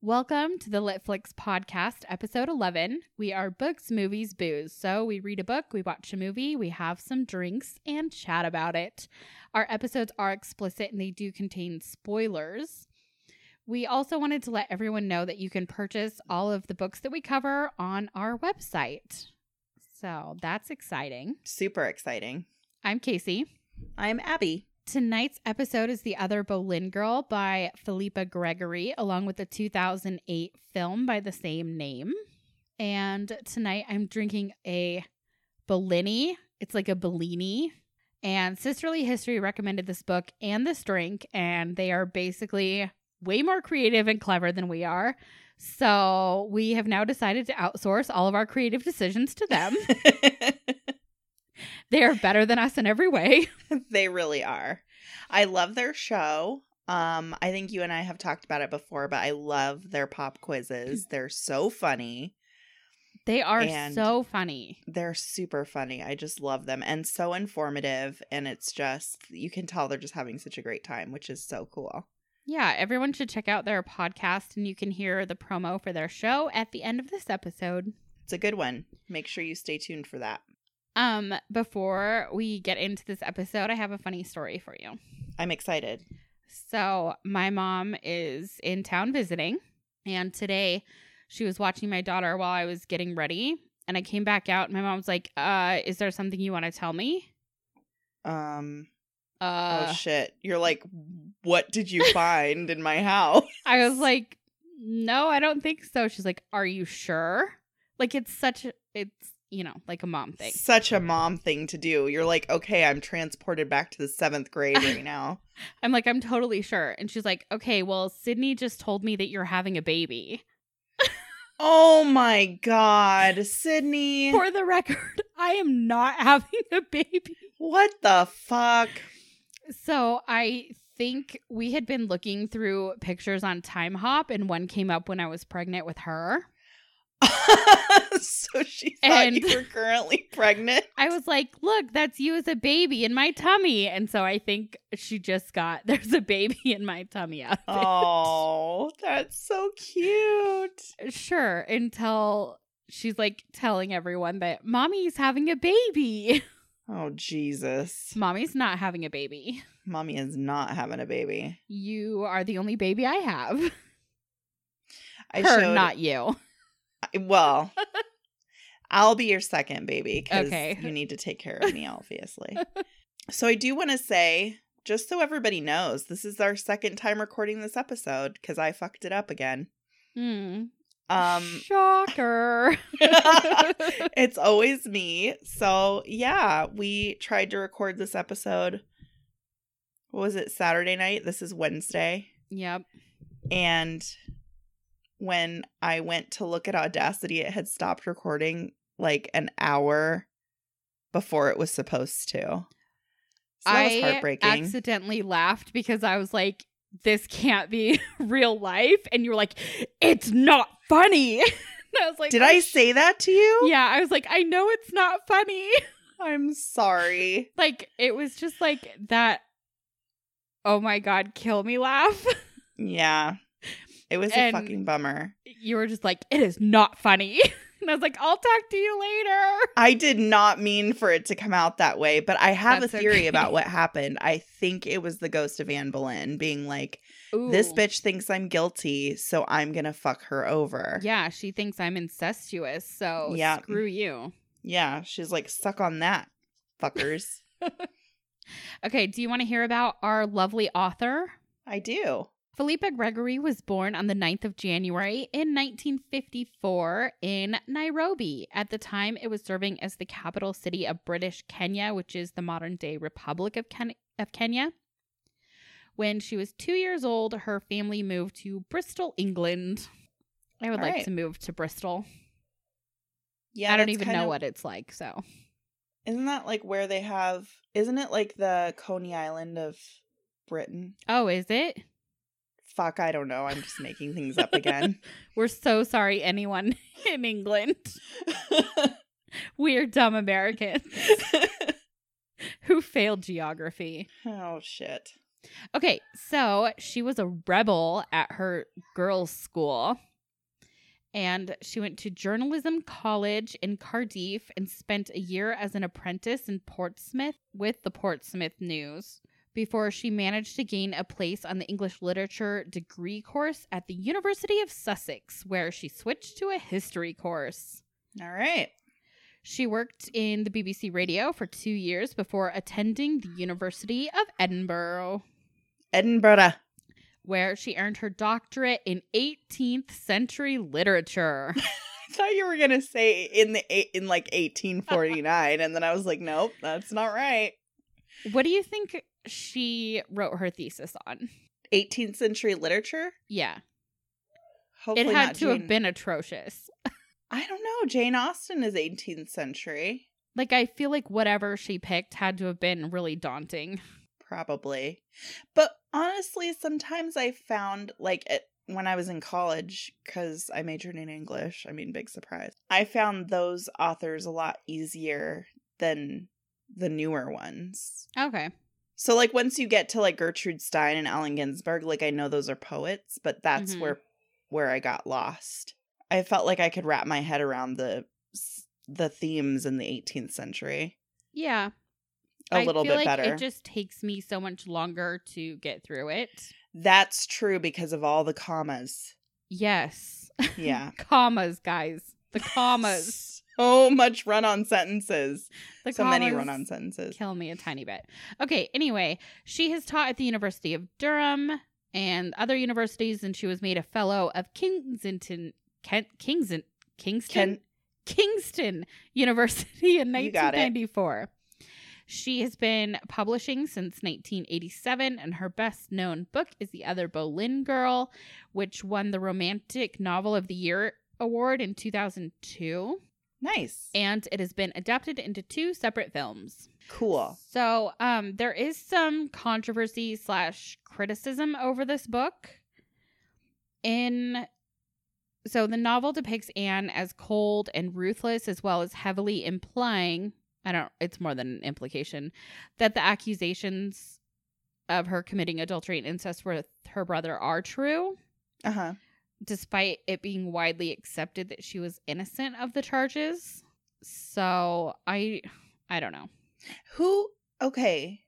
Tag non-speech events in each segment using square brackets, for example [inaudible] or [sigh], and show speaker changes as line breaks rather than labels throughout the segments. Welcome to the Litflix podcast, episode 11. We are books, movies, booze. So we read a book, we watch a movie, we have some drinks, and chat about it. Our episodes are explicit and they do contain spoilers. We also wanted to let everyone know that you can purchase all of the books that we cover on our website. So that's exciting.
Super exciting.
I'm Casey.
I'm Abby.
Tonight's episode is The Other Boleyn Girl by Philippa Gregory, along with the 2008 film by the same name. And tonight I'm drinking a Bolini. It's like a Bellini. And Sisterly History recommended this book and this drink, and they are basically way more creative and clever than we are. So we have now decided to outsource all of our creative decisions to them. they are better than us in every way.
[laughs] they really are. I love their show. Um, I think you and I have talked about it before, but I love their pop quizzes. They're so funny.
They are
And-
so funny.
They're super funny. I just love them and so informative. And it's just, you can tell they're just having such a great time, which is so cool.
Yeah, everyone should check out their podcast and you can hear the promo for their show at the end of this episode.
It's a good one. Make sure you stay tuned for that.
Um before we get into this episode, I have a funny story for you.
I'm excited.
So, my mom is in town visiting, and today she was watching my daughter while I was getting ready, and I came back out and my mom's like, "Uh, is there something you want to tell me?"
Um,
Uh
oh shit. You're like, what did you find in my house?
I was like, no, I don't think so. She's like, are you sure? Like, it's such, a, it's, you know, like a mom thing.
Such a mom thing to do. You're like, okay, I'm transported back to the seventh
[laughs]
grade right now.
I'm like, I'm totally sure. And she's like, okay, well, Sydney just told me that you're having a baby.
oh my God, Sydney.
For the record, [laughs] I am not having a baby.
What the fuck? [laughs]
So I think we had been looking through pictures on Time Hop, and one came up when I was pregnant with her.
so she thought
And-
you were
[laughs]
currently pregnant.
I was like, look, that's you as a baby in my tummy. And so I think she just got, [laughs] there's a baby in my tummy out of it.
Oh, that's so cute.
sure until she's like telling everyone that mommy's having a baby [laughs]
Oh, Jesus.
mommy's not having a baby
Mommy is not having a baby.
you are the only baby i have [laughs]
I
her
showed
not you
Well, I'll be your second baby because
Okay.
you need to take care of me, obviously. so I do want to say, just so everybody knows, this is our second time recording this episode because I fucked it up again.
Hmm. [laughs]
Um, [laughs]
shocker [laughs]
it's always me. So yeah, we tried to record this episode. What was it? Saturday night. This is Wednesday,
yep
and when I went to look at Audacity, it had stopped recording like an hour before it was supposed to. So that was
i
heartbreaking.
accidentally laughed because i was like this can't be [laughs] real life and you were like it's not funny [laughs] and i was like
Did
"Oh,
I
sh-"
say that to you?
yeah i was like i know it's not funny [laughs]
I'm sorry.
like it was just like that oh my god kill me laugh [laughs]
Yeah. It was
And-
a fucking bummer.
you were just like it is not funny [laughs] and i was like i'll talk to you later
I did not mean for it to come out that way, but I have
That's
a theory
okay.
about what happened. I think it was the ghost of Anne Boleyn being like, this
Ooh.
bitch thinks I'm guilty, so I'm going to fuck her over.
yeah she thinks i'm incestuous so
Yeah.
screw you
Yeah, She's like, suck on that, fuckers.
[laughs] okay do you want to hear about our lovely author
I do.
Philippa Gregory was born on the 9th of January in 1954 in Nairobi. At the time, it was serving as the capital city of British Kenya, which is the modern day Republic of, Ken- of Kenya. When she was two years old, her family moved to Bristol, England. I would
All
like
right.
to move to Bristol.
Yeah.
I don't
that's
even
kind
know
of-
what it's like, so.
Isn't that like where they have, isn't it like the Coney Island of Britain?
Oh, is it?
Fuck, I don't know. I'm just making things
[laughs]
up again. [laughs]
We're so sorry, anyone [laughs] in England. We're dumb Americans who failed geography.
oh, shit.
Okay, so she was a rebel at her girls' school. and she went to journalism college in Cardiff and spent a year as an apprentice in Portsmouth with the Portsmouth News before she managed to gain a place on the English literature degree course at the University of Sussex, where she switched to a history course.
All right.
She worked in the BBC radio for two years before attending the University of Edinburgh,
Edinburgh.
where she earned her doctorate in 18th century
[laughs]
literature.
I thought you were gonna say in the eight, in like 1849, and then I was like, nope, that's not right.
what do you think she wrote her thesis on?
18th century literature.
Yeah,
Hopefully
it had
not
to
Jane-
have been atrocious.
I don't know. Jane Austen is 18th century,
Like, I feel like whatever she picked had to have been really daunting.
probably. But honestly, sometimes I found like at, when I was in college, because I majored in English. I mean, big surprise. I found those authors a lot easier than the newer ones.
Okay.
So like once you get to like Gertrude Stein and Allen Ginsberg, like I know those are poets, but that's
Mhm.
where where I got lost. I felt like I could wrap my head around the s- the themes in the 18th century
Yeah.
a
I
little
feel
bit
like
better.
It just takes me so much longer to get through it.
that's true because of all the commas.
Yes.
Yeah.
commas, guys. The [laughs] commas.
So much run-on sentences.
The
so many
commas
run-on sentences.
Kill me a tiny bit. Okay, anyway, she has taught at the University of Durham and other universities, and she was made a fellow of Kingsington, Kent, Kingston, Kingston,
Ken-
Kingston University in
You got it.
1994. She has been publishing since 1987, and her best known book is The Other Boleyn Girl, which won the Romantic Novel of the Year award in 2002,
nice.
and it has been adapted into two separate films.
cool.
So, um, there is some controversy slash criticism over this book. In so the novel depicts Anne as cold and ruthless, as well as heavily implying I don't. It's more than an implication that the accusations of her committing adultery and incest with her brother are true
Uh-huh.
despite it being widely accepted that she was innocent of the charges. So I I don't know.
Who? Okay.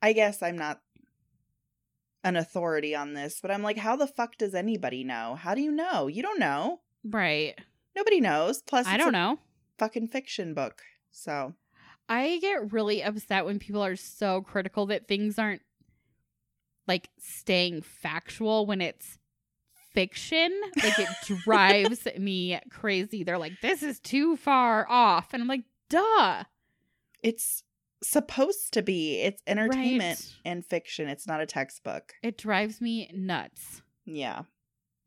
I guess I'm not an authority on this, but I'm like, how the fuck does anybody know? How do you know? You don't know.
Right.
Nobody knows. Plus,
I don't know.
Fucking fiction book. So
I get really upset when people are so critical that things aren't like staying factual when it's fiction. Like it drives me crazy. They're like, this is too far off. And I'm like, duh.
it's supposed to be. It's entertainment
Right.
and fiction. It's not a textbook.
It drives me nuts.
Yeah.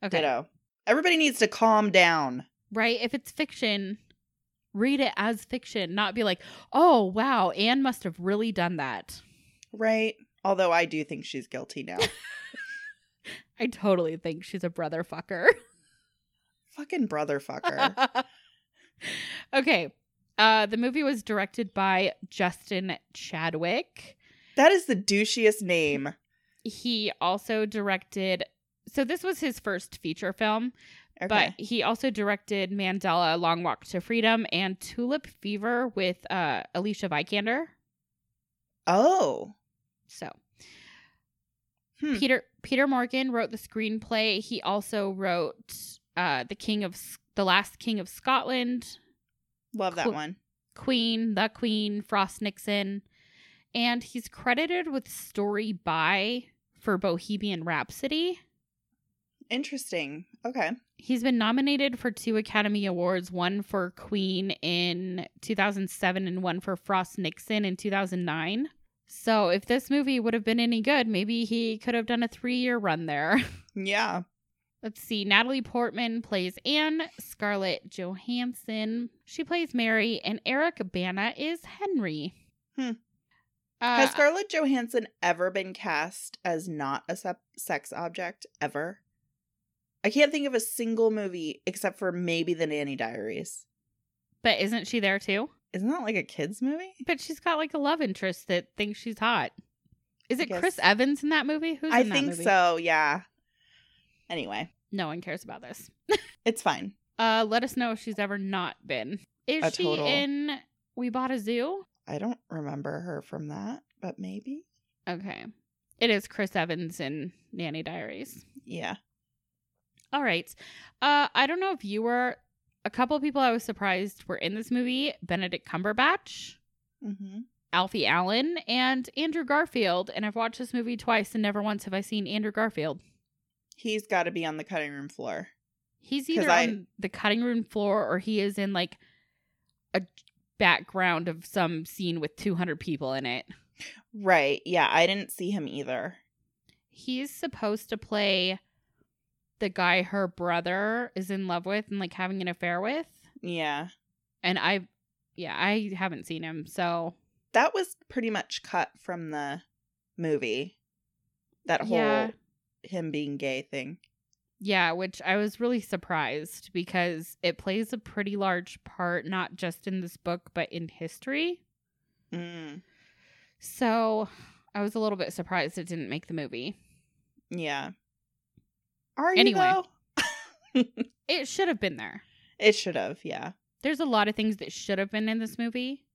Okay.
Ditto. Everybody needs to calm down.
right? If it's fiction, read it as fiction, not be like, oh, wow, Anne must have really done that.
Right. Although I do think she's
[laughs]
guilty now.
I totally think she's a brother fucker.
Fucking brother fucker.
[laughs] okay. Uh, the movie was directed by Justin Chadwick.
That is the douchiest name.
He also directed, so this was his first feature film,
Okay.
but he also directed Mandela, Long Walk to Freedom, and Tulip Fever with uh, Alicia Vikander.
oh.
So
Hmm.
Peter Peter Morgan wrote the screenplay. He also wrote uh, the King of S- the Last King of Scotland,
Love that
Cool.
one.
Queen, The Queen, Frost Nixon, and he's credited with story by for Bohemian Rhapsody.
Interesting. Okay.
He's been nominated for two Academy Awards, one for Queen in 2007 and one for Frost Nixon in 2009. So, if this movie would have been any good, maybe he could have done a three year run there. [laughs]
Yeah.
Let's see. Natalie Portman plays Anne. Scarlett Johansson she plays Mary, and Eric Bana is Henry.
Hmm.
Uh,
Has Scarlett Johansson ever been cast as not a sep- sex object ever? I can't think of a single movie except for maybe The Nanny Diaries.
but isn't she there too?
Isn't that like a kids movie?
But she's got like a love interest that thinks she's hot. Is
I
it
guess-
Chris Evans in that movie? Who's
I
in that
think
movie?
so, yeah. Anyway,
No one cares about this.
it's fine.
Uh, let us know if she's ever not been. Is
A
she
total-
in We Bought a Zoo?
I don't remember her from that, but maybe.
Okay. It is Chris Evans in Nanny Diaries.
Yeah.
All right. Uh, I don't know if you were. A couple people I was surprised were in this movie Benedict Cumberbatch,
Mm-hmm.
Alfie Allen, and Andrew Garfield. And I've watched this movie twice, and never once have I seen Andrew Garfield.
He's got to be on the cutting room floor.
He's
'Cause
either
I-
on the cutting room floor or he is in like a background of some scene with 200 people in it.
Right. Yeah. I didn't see him either.
He's supposed to play the guy her brother is in love with and like having an affair with.
Yeah.
And I, yeah, I haven't seen him. So
That was pretty much cut from the movie. That whole
Yeah.
him being gay thing.
yeah, which I was really surprised because it plays a pretty large part, not just in this book, but in history.
Mm.
So I was a little bit surprised it didn't make the movie.
Yeah. Are you
Anyway.
though?
It should have been there.
It should have. Yeah.
There's a lot of things that should have been in this movie.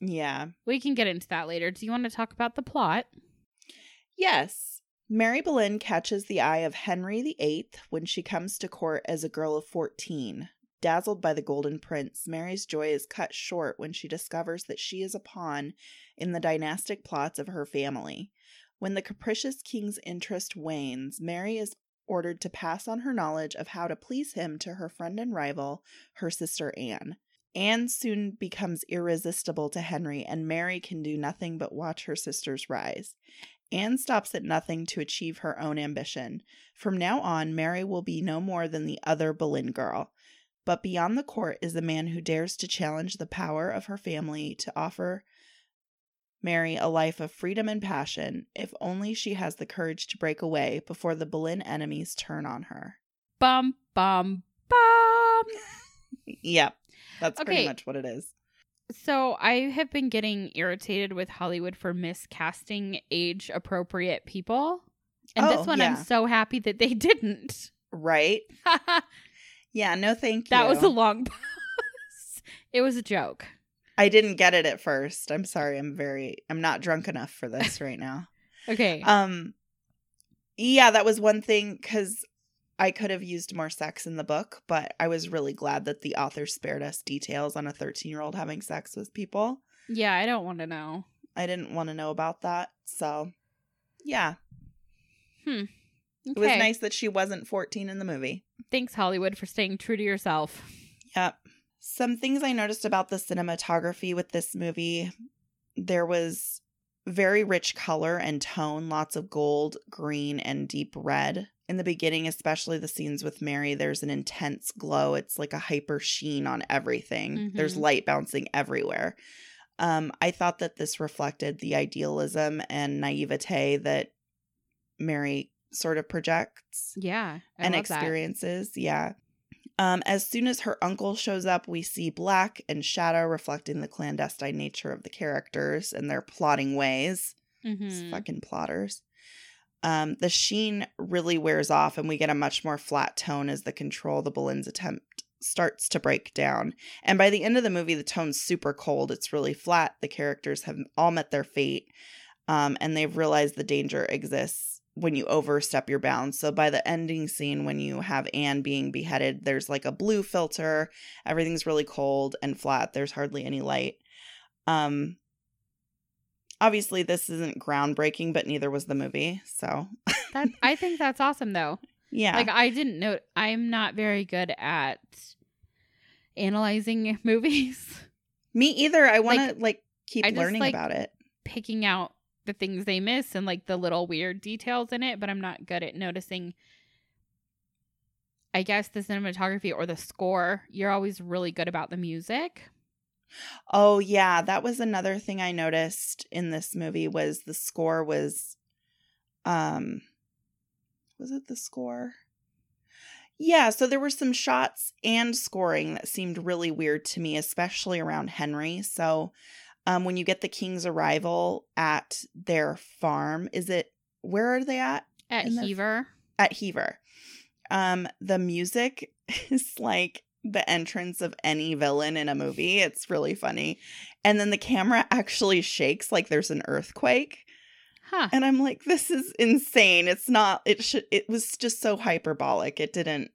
Yeah.
We can get into that later. Do you want to talk about the plot?
Yes. Mary Boleyn catches the eye of Henry VIII when she comes to court as a girl of 14. Dazzled by the Golden Prince, Mary's joy is cut short when she discovers that she is a pawn in the dynastic plots of her family. When the capricious king's interest wanes, Mary is ordered to pass on her knowledge of how to please him to her friend and rival, her sister Anne. Anne soon becomes irresistible to Henry, and Mary can do nothing but watch her sisters rise. Anne stops at nothing to achieve her own ambition. From now on, Mary will be no more than the other Boleyn girl. But beyond the court is the man who dares to challenge the power of her family to offer Mary a life of freedom and passion, if only she has the courage to break away before the Boleyn enemies turn on her. [laughs]
Bum, bum, bum.
Yep, that's
Okay.
pretty much what it is.
So I have been getting irritated with Hollywood for miscasting age appropriate people. And
Oh,
this one, I'm
yeah.
so happy that they [laughs] didn't.
Right?
that
Yeah, no thank you.
was a long [laughs] pause. It was a joke.
I didn't get it at first. I'm sorry. I'm very I'm not drunk enough for this right now.
Okay.
Um, yeah, that was one thing because I could have used more sex in the book, but I was really glad that the author spared us details on a 13 year old having sex with people.
yeah, I don't want to know.
I didn't want to know about that. So, yeah,
Okay.
it was nice that she wasn't 14 in the movie.
Thanks, Hollywood, for staying true to yourself.
Yep. Some things I noticed about the cinematography with this movie there was very rich color and tone, lots of gold, green, and deep red. In the beginning, especially the scenes with Mary, there's an intense glow. It's like a hyper sheen on everything, there's
Mhm.
light bouncing everywhere. Um, I thought that this reflected the idealism and naivete that Mary sort of projects
Yeah. I
and
love that.
experiences. Yeah. Um, as soon as her uncle shows up, we see black and shadow reflecting the clandestine nature of the characters and their plotting ways. These
Mhm.
Fucking plotters. Um, the sheen really wears off, and we get a much more flat tone as the control the Boleyn's attempt starts to break down. And by the end of the movie, the tone's super cold. It's really flat. The characters have all met their fate, um, and they've realized the danger exists when you overstep your bounds. So by the ending scene, when you have Anne being beheaded, there's like a blue filter. Everything's really cold and flat. There's hardly any light. Um, obviously, this isn't groundbreaking, but neither was the movie. So
That, I think that's awesome, though.
[laughs] yeah,
Like I didn't know I'm not very good at analyzing [laughs] movies,
me either. I want to like, keep
I just,
learning
like-
about it.
picking out the things they miss and like the little weird details in it, but I'm not good at noticing I guess the cinematography or the score. You're always really good about the music.
Oh yeah, that was another thing I noticed in this movie was the score was um was it the score? Yeah, so there were some shots and scoring that seemed really weird to me, especially around Henry. So um when you get the king's arrival at their farm, is it where are they at?
At
And the-
Heaver.
At Heaver. Um the music [laughs] is like the entrance of any villain in a movie. It's really funny. And then the camera actually shakes like there's an earthquake.
Huh.
And I'm like, this is insane. It's not, it should, it was just so hyperbolic. It didn't,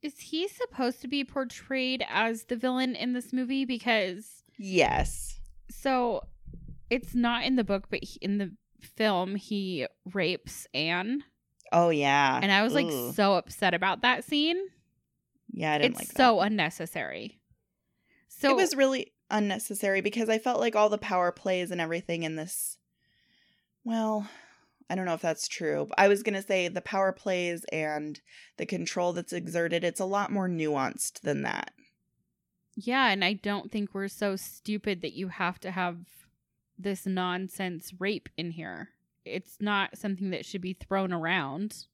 Is he supposed to be portrayed as the villain in this movie? Because
yes.
so it's not in the book, but he, in the film, he rapes Anne.
Oh, yeah.
And I was like
Ooh.
so upset about that scene.
yeah, I didn't
It's
like that.
so unnecessary. So
it was really unnecessary because I felt like all the power plays and everything in this. Well, I don't know if that's true. But I was going to say the power plays and the control that's exerted, it's a lot more nuanced than that.
Yeah, and I don't think we're so stupid that you have to have this nonsense rape in here. It's not something that should be thrown around.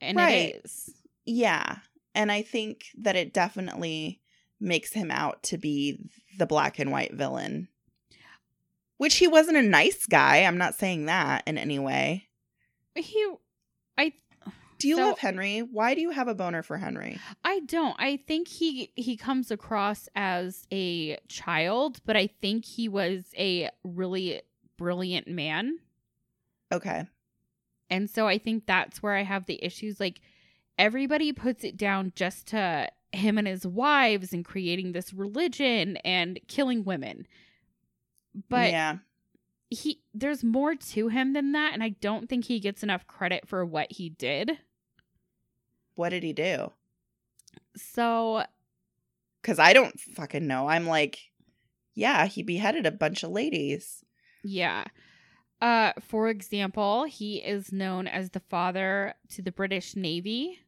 And
Right.
it is.
Yeah. And I think that it definitely makes him out to be the black and white villain, which he wasn't a nice guy. I'm not saying that in any way.
He I
Do you
So-
love Henry? Why do you have a boner for Henry?
I don't. I think he he comes across as a child, but I think he was a really brilliant man.
Okay.
And so I think that's where I have the issues. Like everybody puts it down just to him and his wives and creating this religion and killing women. But
yeah.
he there's more to him than that and I don't think he gets enough credit for what he did.
What did he do?
So
Because I don't fucking know. I'm like, yeah, he beheaded a bunch of ladies.
Yeah. Uh, for example, he is known as the father to the British Navy.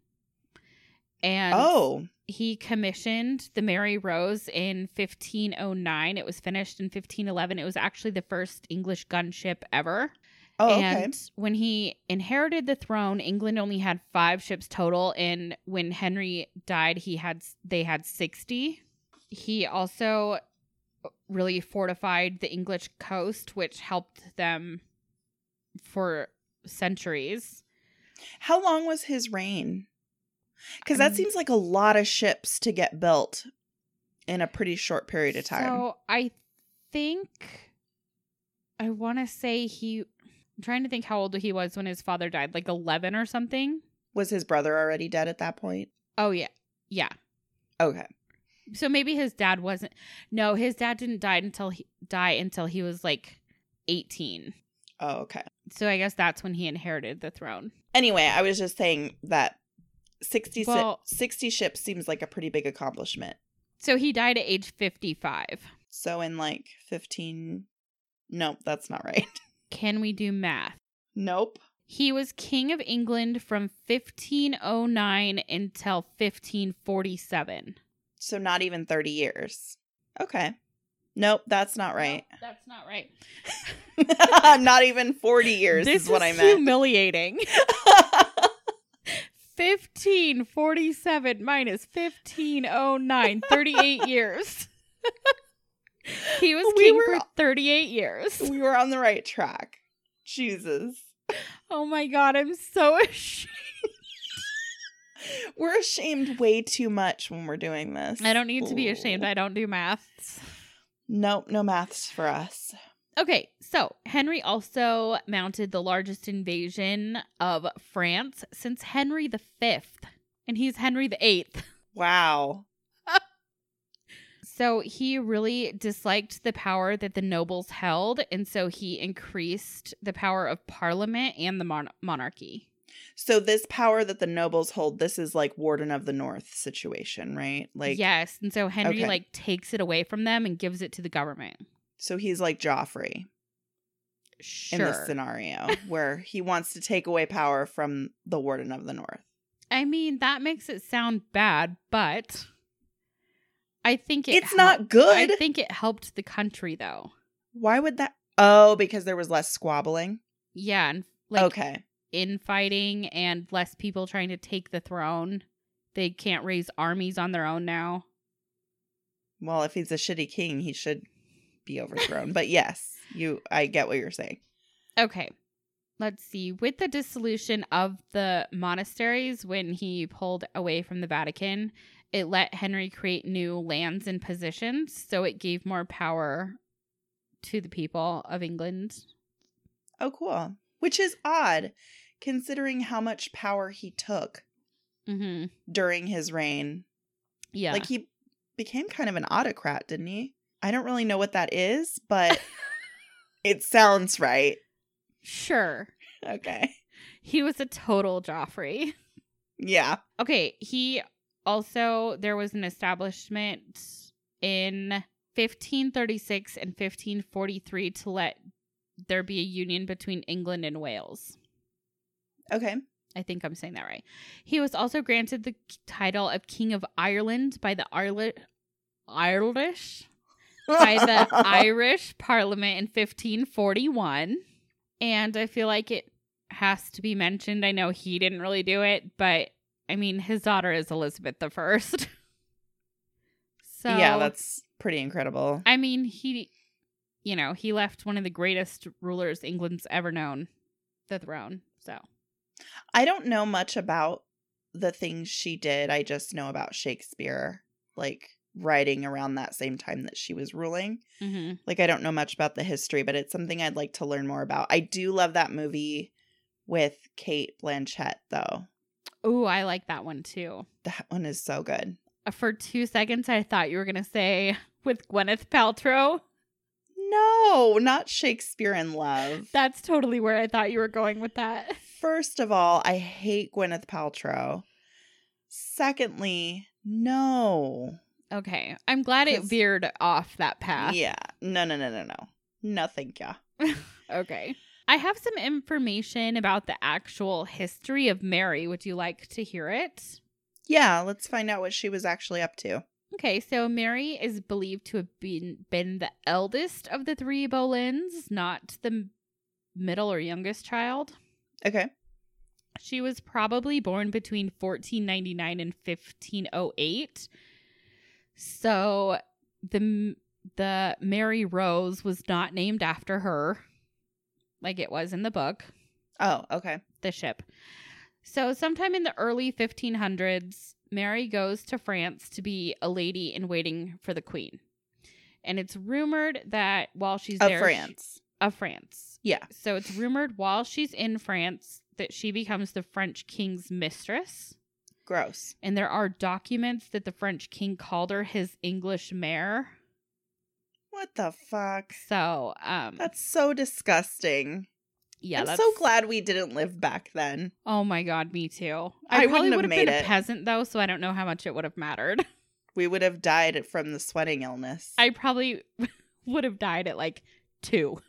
And
oh,
he commissioned the Mary Rose in 1509. It was finished in 1511. It was actually the first English gunship ever.
oh, okay.
and when he inherited the throne, England only had five ships total. And when Henry died, he had they had sixty. He also really fortified the English coast, which helped them for centuries.
How long was his reign? Because that
Um,
seems like a lot of ships to get built in a pretty short period of time.
So I think I want to say he. I'm trying to think how old he was when his father died, like eleven or something.
was his brother already dead at that point?
Oh yeah, yeah.
Okay.
so maybe his dad wasn't no his dad didn't die until he die until he was like 18
Oh, okay.
so i guess that's when he inherited the throne
Anyway, I was just saying that 60, si-
Well-
60 ships seems like a pretty big accomplishment.
so he died at age 55
So in like 15. Nope, that's not right. [laughs]
can we do math
nope.
he was king of england from 1509 until 1547
So not even 30 years. Okay. Nope, that's not right. [laughs]
No, that's not right
not even 40 years
this
is what I
is
meant.
humiliating [laughs] 1547 minus 1509 [laughs] 38 years he was
We
king
were-
for 38 years
we were on the right track. Jesus.
oh my god i'm so [laughs] ashamed
We're ashamed way too much when we're doing this.
i don't need to be ashamed
Ooh.
i don't do maths
Nope, no maths for us.
okay so henry also mounted the largest invasion of france since henry v and he's henry viii
Wow.
So he really disliked the power that the nobles held, and so he increased the power of parliament and the mon- monarchy.
So this power that the nobles hold, this is like Warden of the North situation, right? Like
yes, and so Henry
Okay.
like takes it away from them and gives it to the government.
so he's like Joffrey in this
Sure. [laughs]
scenario where he wants to take away power from the Warden of the North.
I mean, that makes it sound bad, but I think it
it's
hel-
not good.
I think it helped the country though.
Why would that Oh, because there was less squabbling.
Yeah, and like
okay.
infighting and less people trying to take the throne. They can't raise armies on their own now.
Well, if he's a shitty king, he should be overthrown. but yes, you I get what you're saying.
Okay. Let's see. With the dissolution of the monasteries when he pulled away from the Vatican, It let Henry create new lands and positions, so it gave more power to the people of England.
Oh, cool. Which is odd considering how much power he took
Mm-hmm.
during his reign.
Yeah.
Like he became kind of an autocrat, didn't he? I don't really know what that is,
[laughs]
but it sounds right.
sure.
Okay.
He was a total Joffrey.
Yeah.
Okay, he also there was an establishment in 1536 and 1543 to let there be a union between England and Wales.
Okay.
I think I'm saying that right. He was also granted the k- title of King of Ireland by the Arli- Irish by the
[laughs]
Irish Parliament in 1541. And I feel like it has to be mentioned. I know he didn't really do it, but I mean, his daughter is Elizabeth I. [laughs] so,
yeah, that's pretty incredible.
I mean, he, you know, he left one of the greatest rulers England's ever known the throne. So,
I don't know much about the things she did. I just know about Shakespeare, like writing around that same time that she was ruling.
mm-hmm.
Like, I don't know much about the history, but it's something I'd like to learn more about. I do love that movie with Kate Blanchett, though.
ooh, I like that one too.
That one is so good.
Uh, For two seconds, I thought you were going to say with Gwyneth Paltrow.
No, not Shakespeare in Love.
That's totally where I thought you were going with that.
First of all, I hate Gwyneth Paltrow. Secondly, no.
Okay. I'm glad it
'Cause-
veered off that path.
Yeah. No, no, no, no, no. Nothing, yeah.
Okay. I have some information about the actual history of Mary. Would you like to hear it?
Yeah, let's find out what she was actually up to.
Okay, so Mary is believed to have been been the eldest of the three Boleyns, not the m- middle or youngest child.
Okay.
She was probably born between 1499 and 1508. So the the Mary Rose was not named after her like it was in the book,
Oh, okay.
the ship. So sometime in the early 1500s, Mary goes to France to be a lady in waiting for the queen. And it's rumored that while she's
Of
there she-
France.
of France.
Yeah.
So it's rumored while she's in France that she becomes the French king's mistress.
Gross.
And there are documents that the French king called her his English mare.
What the fuck?
So, um,
That's so disgusting.
yeah,
I'm
that's
so glad we didn't live back then.
Oh my god, me too.
I
I, probably
wouldn't have
would have
made
been
it.
a peasant though, so I don't know how much it would have mattered. [laughs]
We would have died from the sweating illness.
I probably [laughs] would have died at like two.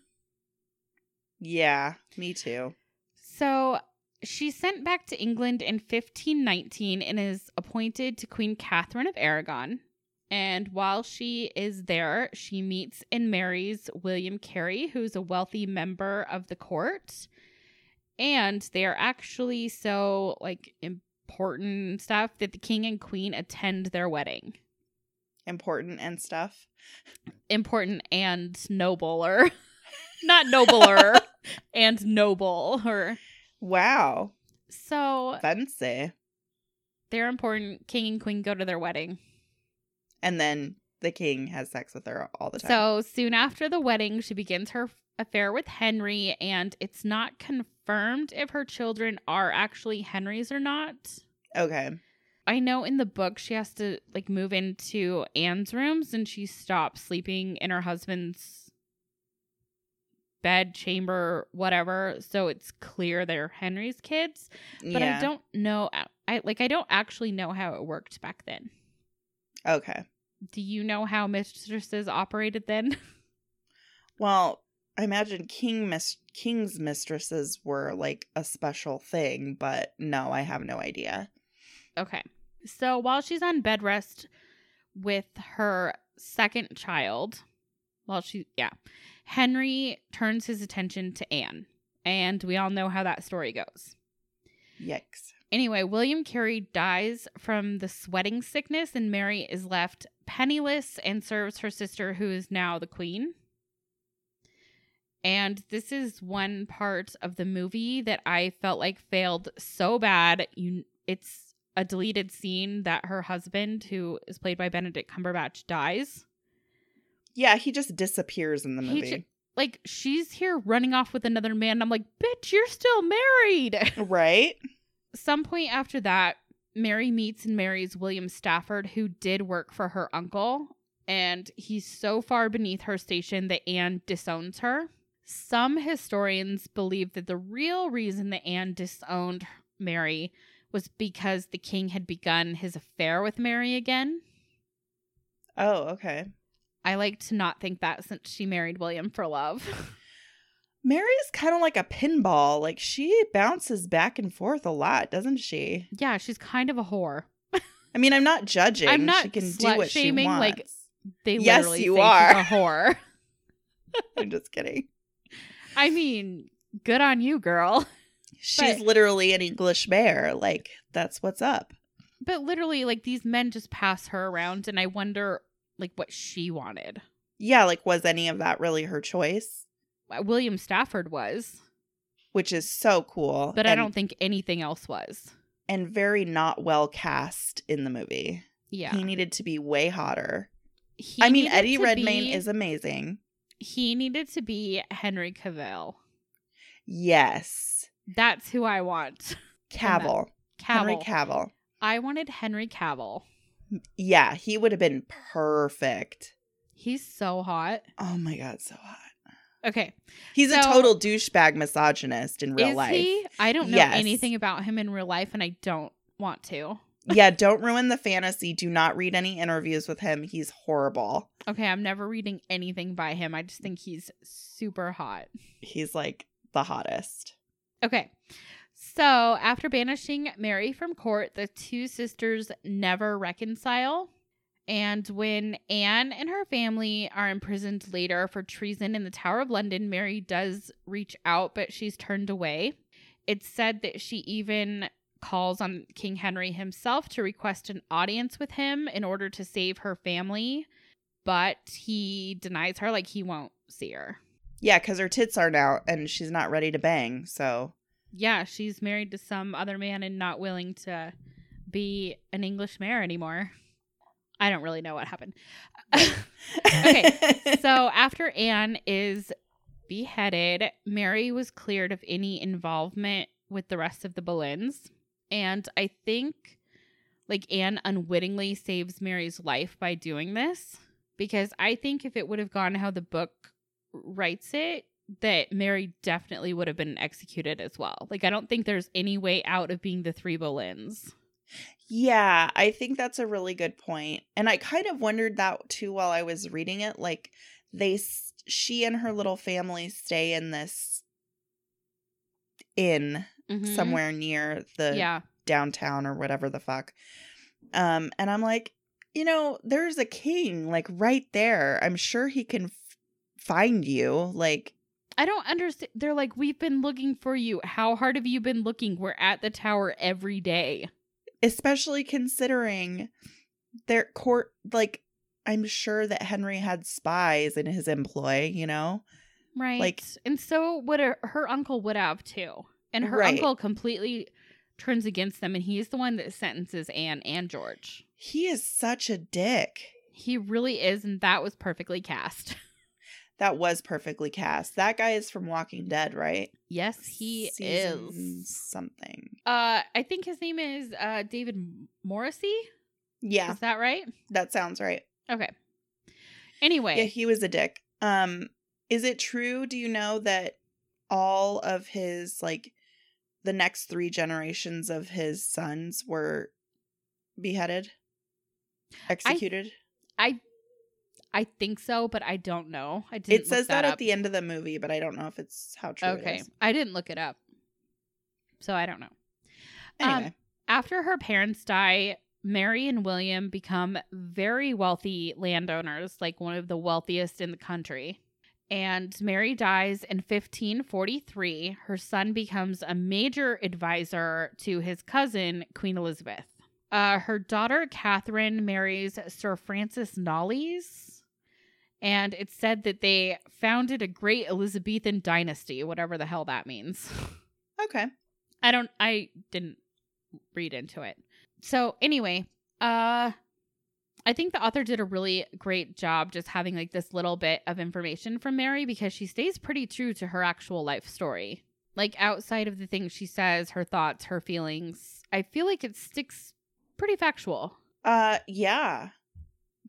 yeah, me too.
So she's sent back to England in 1519 and is appointed to Queen Catherine of Aragon. And while she is there, she meets and marries William Carey, who's a wealthy member of the court. And they are actually so like important and stuff that the king and queen attend their wedding.
Important and stuff.
Important and nobler. [laughs] Not nobler and noble or
Wow.
so
Fancy.
they're important. King and queen go to their wedding.
And then the king has sex with her all the time.
So soon after the wedding, she begins her affair with Henry, and it's not confirmed if her children are actually Henry's or not.
okay.
I know in the book she has to like move into Anne's rooms and she stops sleeping in her husband's bed chamber whatever so it's clear they're Henry's kids but
yeah.
I don't know I like I don't actually know how it worked back then.
Okay.
Do you know how mistresses operated then? [laughs]
Well, I imagine king mis- king's mistresses were like a special thing, but no, I have no idea.
Okay. So while she's on bed rest with her second child, while she, yeah, Henry turns his attention to Anne. And we all know how that story goes.
Yikes.
Anyway, William Carey dies from the sweating sickness, and Mary is left penniless and serves her sister, who is now the queen. And this is one part of the movie that I felt like failed so bad. You, it's a deleted scene that her husband, who is played by Benedict Cumberbatch, dies.
Yeah, he just disappears in the
He
movie.
ju- like she's here running off with another man. and I'm like, bitch, you're still married. [laughs]
right?
Some point after that, Mary meets and marries William Stafford, who did work for her uncle, and he's so far beneath her station that Anne disowns her. Some historians believe that the real reason that Anne disowned Mary was because the king had begun his affair with Mary again.
Oh, okay.
I like to not think that since she married William for love.
Mary's kind of like a pinball. Like she bounces back and forth a lot, doesn't she?
[laughs] yeah, she's kind of a whore.
I mean, I'm not judging.
I'm not
she can do what she
slut-shaming,
wants. [laughs]
like- They
Yes,
literally
you
say she's
are.
a whore.
I'm just kidding.
[laughs] I mean, good on you, girl.
She's
But-
literally an English bear. Like that's what's up.
But literally, like these men just pass her around, and I wonder, like, what she wanted.
Yeah, like was any of that really her choice?
Uh, William Stafford was,
Which is so cool.
but I
Oh, and-
don't think anything else was.
and very not well cast in the movie.
Yeah,
He needed to be way hotter.
He
I mean,
needed
Eddie
to
Redmayne
be-
is amazing.
he needed to be Henry Cavill.
Yes.
That's who I want. [laughs] that-
Cavill.
Cavill.
Henry Cavill.
I wanted Henry Cavill.
Yeah, he would have been perfect.
He's so hot.
Oh my god, so hot.
Okay,
He's a
So-
total douchebag misogynist in real
is
life.
he? I don't know
Yes.
anything about him in real life, and I don't want to.
yeah, don't ruin the fantasy. Do not read any interviews with him. He's horrible.
Okay, I'm never reading anything by him. I just think he's super hot.
He's like the hottest.
Okay. So, after banishing Mary from court, the two sisters never reconcile. And when Anne and her family are imprisoned later for treason in the Tower of London, Mary does reach out, but she's turned away. It's said that she even calls on King Henry himself to request an audience with him in order to save her family, but he denies her, like, he won't see her.
Yeah, because her tits are out and she's not ready to bang. So
yeah, she's married to some other man and not willing to be an English mayor anymore. I don't really know what happened. [laughs]
[laughs]
Okay, [laughs] so after Anne is beheaded, Mary was cleared of any involvement with the rest of the Boleyns. And I think like Anne unwittingly saves Mary's life by doing this because I think if it would have gone how the book writes it, that Mary definitely would have been executed as well. Like I don't think there's any way out of being the three Boleyns.
Yeah, I think that's a really good point. And I kind of wondered that too while I was reading it. Like they s- she and her little family stay in this inn somewhere near the
Mm-hmm. Yeah.
downtown or whatever the fuck. Um and I'm like, you know, there's a king like right there. I'm sure he can f- find you. Like
I don't understand. They're like, we've been looking for you. How hard have you been looking? We're at the tower every day.
especially considering their court like i'm sure that henry had spies in his employ you know
Right.
Like-
and so would her, her uncle would have too. And her
Right.
uncle completely turns against them, and he's the one that sentences Anne and George.
he is such a dick
He really is, and that was perfectly cast. [laughs]
that was perfectly cast that guy is from walking dead right
Yes, he
Season
is.
something
Uh, I think his name is uh David Morrissey.
yeah
Is that right?
that sounds right
Okay. Anyway,
yeah he was a dick um is it true do you know that all of his like the next three generations of his sons were beheaded executed
I I think so, but I don't know. I didn't.
It says
look
that,
up.
at the end of the movie, but I don't know if it's how true it
Okay,
is.
I didn't look it up, so I don't know. Um,
Anyway,
After her parents die, Mary and William become very wealthy landowners, like one of the wealthiest in the country. And Mary dies in 1543. Her son becomes a major advisor to his cousin, Queen Elizabeth. Uh, her daughter, Catherine, marries Sir Francis Knollys. And it's said that they founded a great Elizabethan dynasty, whatever the hell that means. [laughs]
okay.
I don't I didn't read into it. so anyway, uh I think the author did a really great job just having like this little bit of information from Mary because she stays pretty true to her actual life story. Like outside of the things she says, her thoughts, her feelings, I feel like it sticks pretty factual.
Uh, yeah.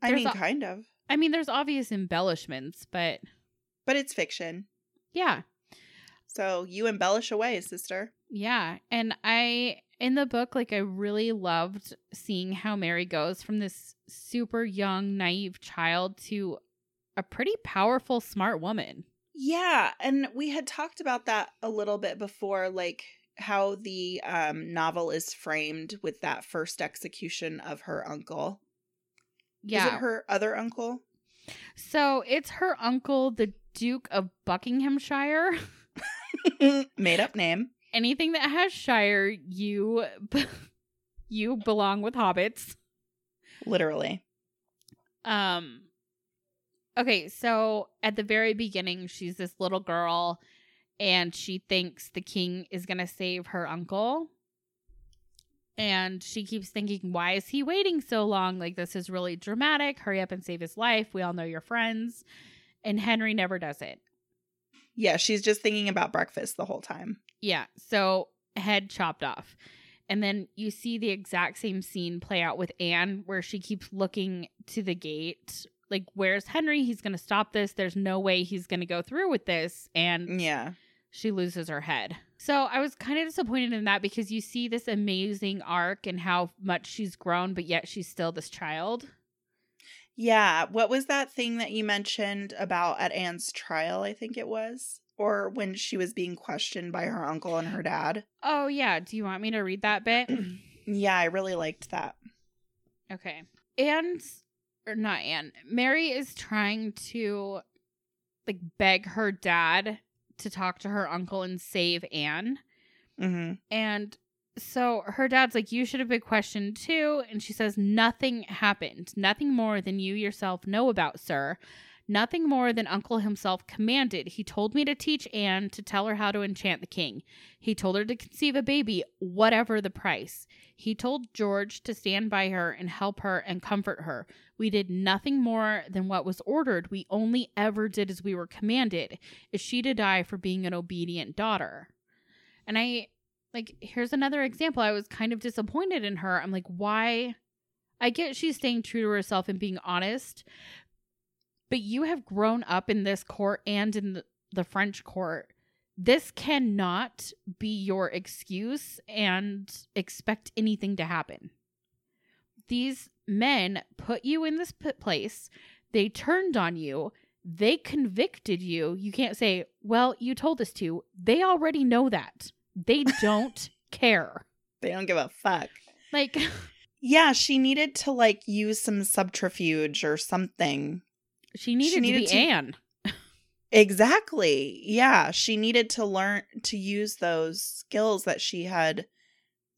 I
There's
mean,
a-
kind of,
I mean, there's obvious embellishments, but
but it's fiction,
yeah,
so you embellish away, sister.
Yeah. And I, in the book, like I really loved seeing how Mary goes from this super young, naive child to a pretty powerful, smart woman.
Yeah, and we had talked about that a little bit before, like how the um novel is framed with that first execution of her uncle.
Yeah.
Is it her other uncle?
so it's her uncle, the Duke of Buckinghamshire. [laughs]
Made up name.
Anything that has Shire, you. [laughs] You belong with hobbits.
Literally.
Um Okay, so at the very beginning she's this little girl and she thinks the king is going to save her uncle. And she keeps thinking, "Why is he waiting so long? Like this is really dramatic. Hurry up and save his life. We all know your friends." And Henry never does it.
Yeah, she's just thinking about breakfast the whole time.
Yeah. So head chopped off. And then you see the exact same scene play out with Anne where she keeps looking to the gate. Like, where's Henry? He's going to stop this. There's no way he's going to go through with this. And
Yeah.
she loses her head. So I was kind of disappointed in that because you see this amazing arc and how much she's grown, but yet she's still this child.
Yeah. What was that thing that you mentioned about at Anne's trial, I think it was? Or when she was being questioned by her uncle and her dad?
Oh, yeah. Do you want me to read that bit?
Yeah, I really liked that.
Okay. And or not Anne. Mary is trying to like beg her dad to talk to her uncle and save Anne.
Mm-hmm.
And so her dad's like, You should have been questioned too. And she says, Nothing happened. Nothing more than you yourself know about, sir. Nothing more than Uncle himself commanded. He told me to teach Anne to tell her how to enchant the king. He told her to conceive a baby, whatever the price. He told George to stand by her and help her and comfort her. We did nothing more than what was ordered. We only ever did as we were commanded. Is she to die for being an obedient daughter? And I like here's another example i was kind of disappointed in her i'm like why i get she's staying true to herself and being honest but you have grown up in this court and in the, the french court this cannot be your excuse and expect anything to happen these men put you in this p- place they turned on you they convicted you you can't say well you told us to they already know that they don't care.
They don't give a fuck.
Like, [laughs]
Yeah, she needed to like use some subterfuge or something.
she needed,
needed
to be
to-
Anne.
Exactly. Yeah, she needed to learn to use those skills that she had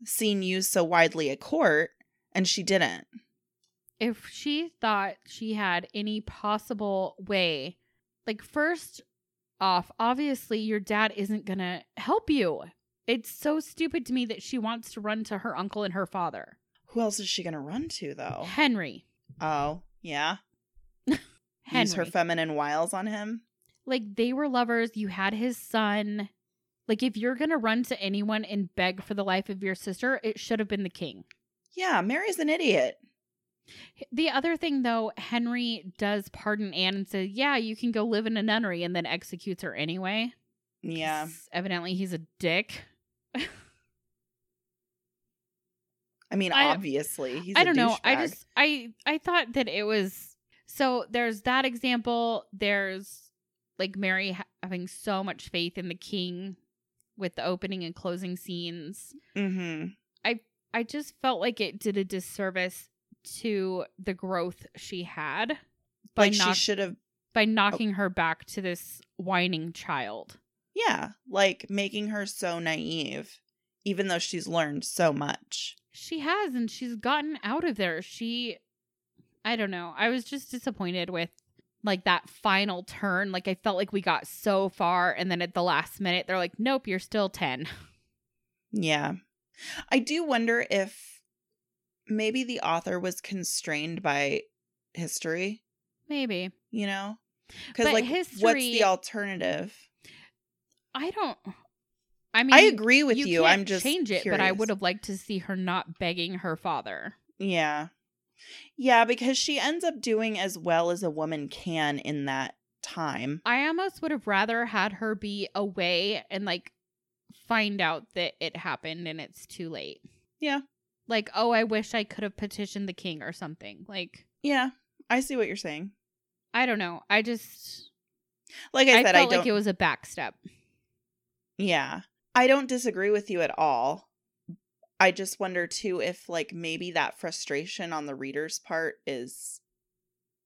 seen used so widely at court, and she didn't.
If she thought she had any possible way, like, first off, obviously your dad isn't going to help you. It's so stupid to me that she wants to run to her uncle and her father,
Who else is she going to run to, though?
Henry.
Oh, yeah.
Henry.
Use her feminine wiles on him.
like, they were lovers. You had his son. Like, if you're going to run to anyone and beg for the life of your sister, it should have been the king.
Yeah, Mary's an idiot.
The other thing, though, Henry does pardon Anne and says, Yeah, you can go live in a nunnery, and then executes her anyway.
Yeah,
'Cause Evidently, he's a dick.
I mean,
I-
obviously, he's.
I
a
don't know. I
douchebag.
just, I, I thought that it was. So there's that example. There's like Mary ha- having so much faith in the king with the opening and closing scenes.
Mhm.
I just felt like it did a disservice to the growth she had by
like
not
she Oh. should have.
by knocking her back to this whining child.
Yeah, like making her so naive, even though she's learned so much.
She has, and she's gotten out of there. She, I don't know. I was just disappointed with like that final turn. Like, I felt like we got so far, and then at the last minute, they're like, nope, you're still 10.
Yeah. I do wonder if maybe the author was constrained by history,
Maybe.
you know? Because,
But
like, what's
history-
the alternative?
I don't. I mean,
I, agree with you.
can't
I'm just
change it, but I
curious.
would have liked to see her not begging her father.
Yeah. Yeah, because she ends up doing as well as a woman can in that time.
I almost would have rather had her be away and like find out that it happened and it's too late.
Yeah.
Like, oh, I wish I could have petitioned the king or something. Like,
Yeah, I see what you're saying.
I don't know. I just
Like I,
I
said,
felt
I don't.
like it was a backstep.
yeah, I don't disagree with you at all. I just wonder too if like maybe that frustration on the reader's part is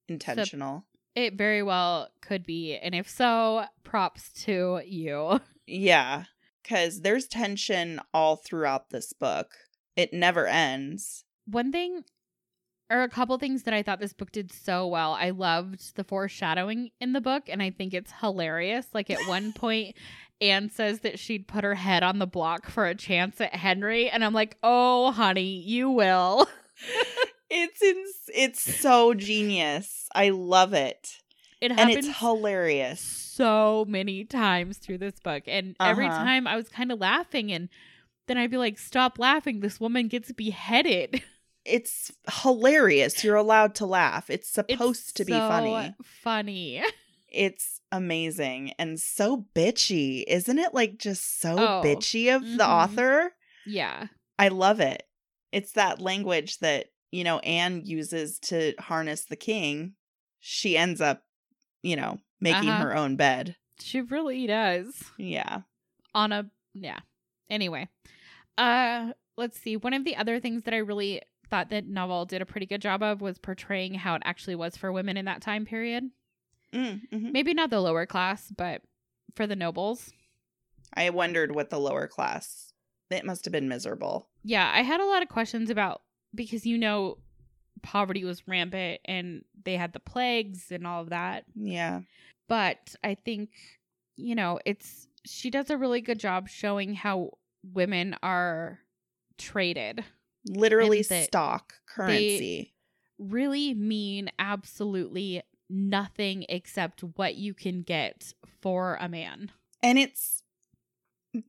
intentional.
It very well could be, and if so, props to you.
Yeah, because there's tension all throughout this book. It never ends.
One thing or a couple things that I thought this book did so well. I loved the foreshadowing in the book, and I think it's hilarious. Like at
[laughs]
one point, Anne says that she'd put her head on the block for a chance at Henry, and I'm like, oh, honey, you will. [laughs]
It's ins- it's so genius. I love it,
It
and
happens
it's hilarious.
so many times through this book, and every
Uh-huh.
time I was kind of laughing, and then I'd be like, stop laughing. This woman gets beheaded. [laughs]
It's hilarious. You're allowed to laugh. It's
It's
supposed to be
so
funny.
Funny. [laughs]
It's amazing and so bitchy. Isn't it like just so
Oh,
bitchy of the
mhm.
author?
yeah.
I love it. It's that language that, you know, Anne uses to harness the king. She ends up, you know, making
Uh-huh.
her own bed.
She really does.
Yeah.
on a yeah anyway uh let's see one of the other things that i really thought that novel did a pretty good job of was portraying how it actually was for women in that time period
Mm, mhm.
maybe not the lower class but for the nobles
I wondered what the lower class, it must have been miserable.
yeah i had a lot of questions about because you know poverty was rampant and they had the plagues and all of that
Yeah.
but I think you know it's she does a really good job showing how women are traded
Literally
that
stock currency.
really mean absolutely nothing except what you can get for a man
And it's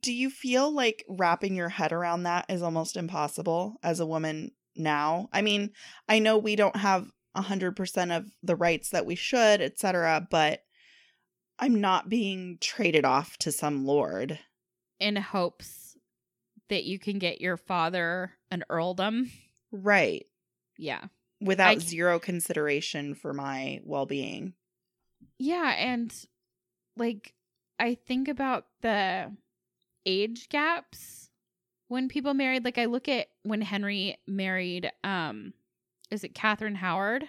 do you feel like wrapping your head around that is almost impossible as a woman now? I mean, I know we don't have 100% of the rights that we should, etc., but I'm not being traded off to some lord.
in hopes that you can get your father an earldom.
Right.
Yeah.
Without
c-
zero consideration for my well-being.
Yeah, and like I think about the age gaps when people married. Like I look at when Henry married, um, is it Catherine Howard?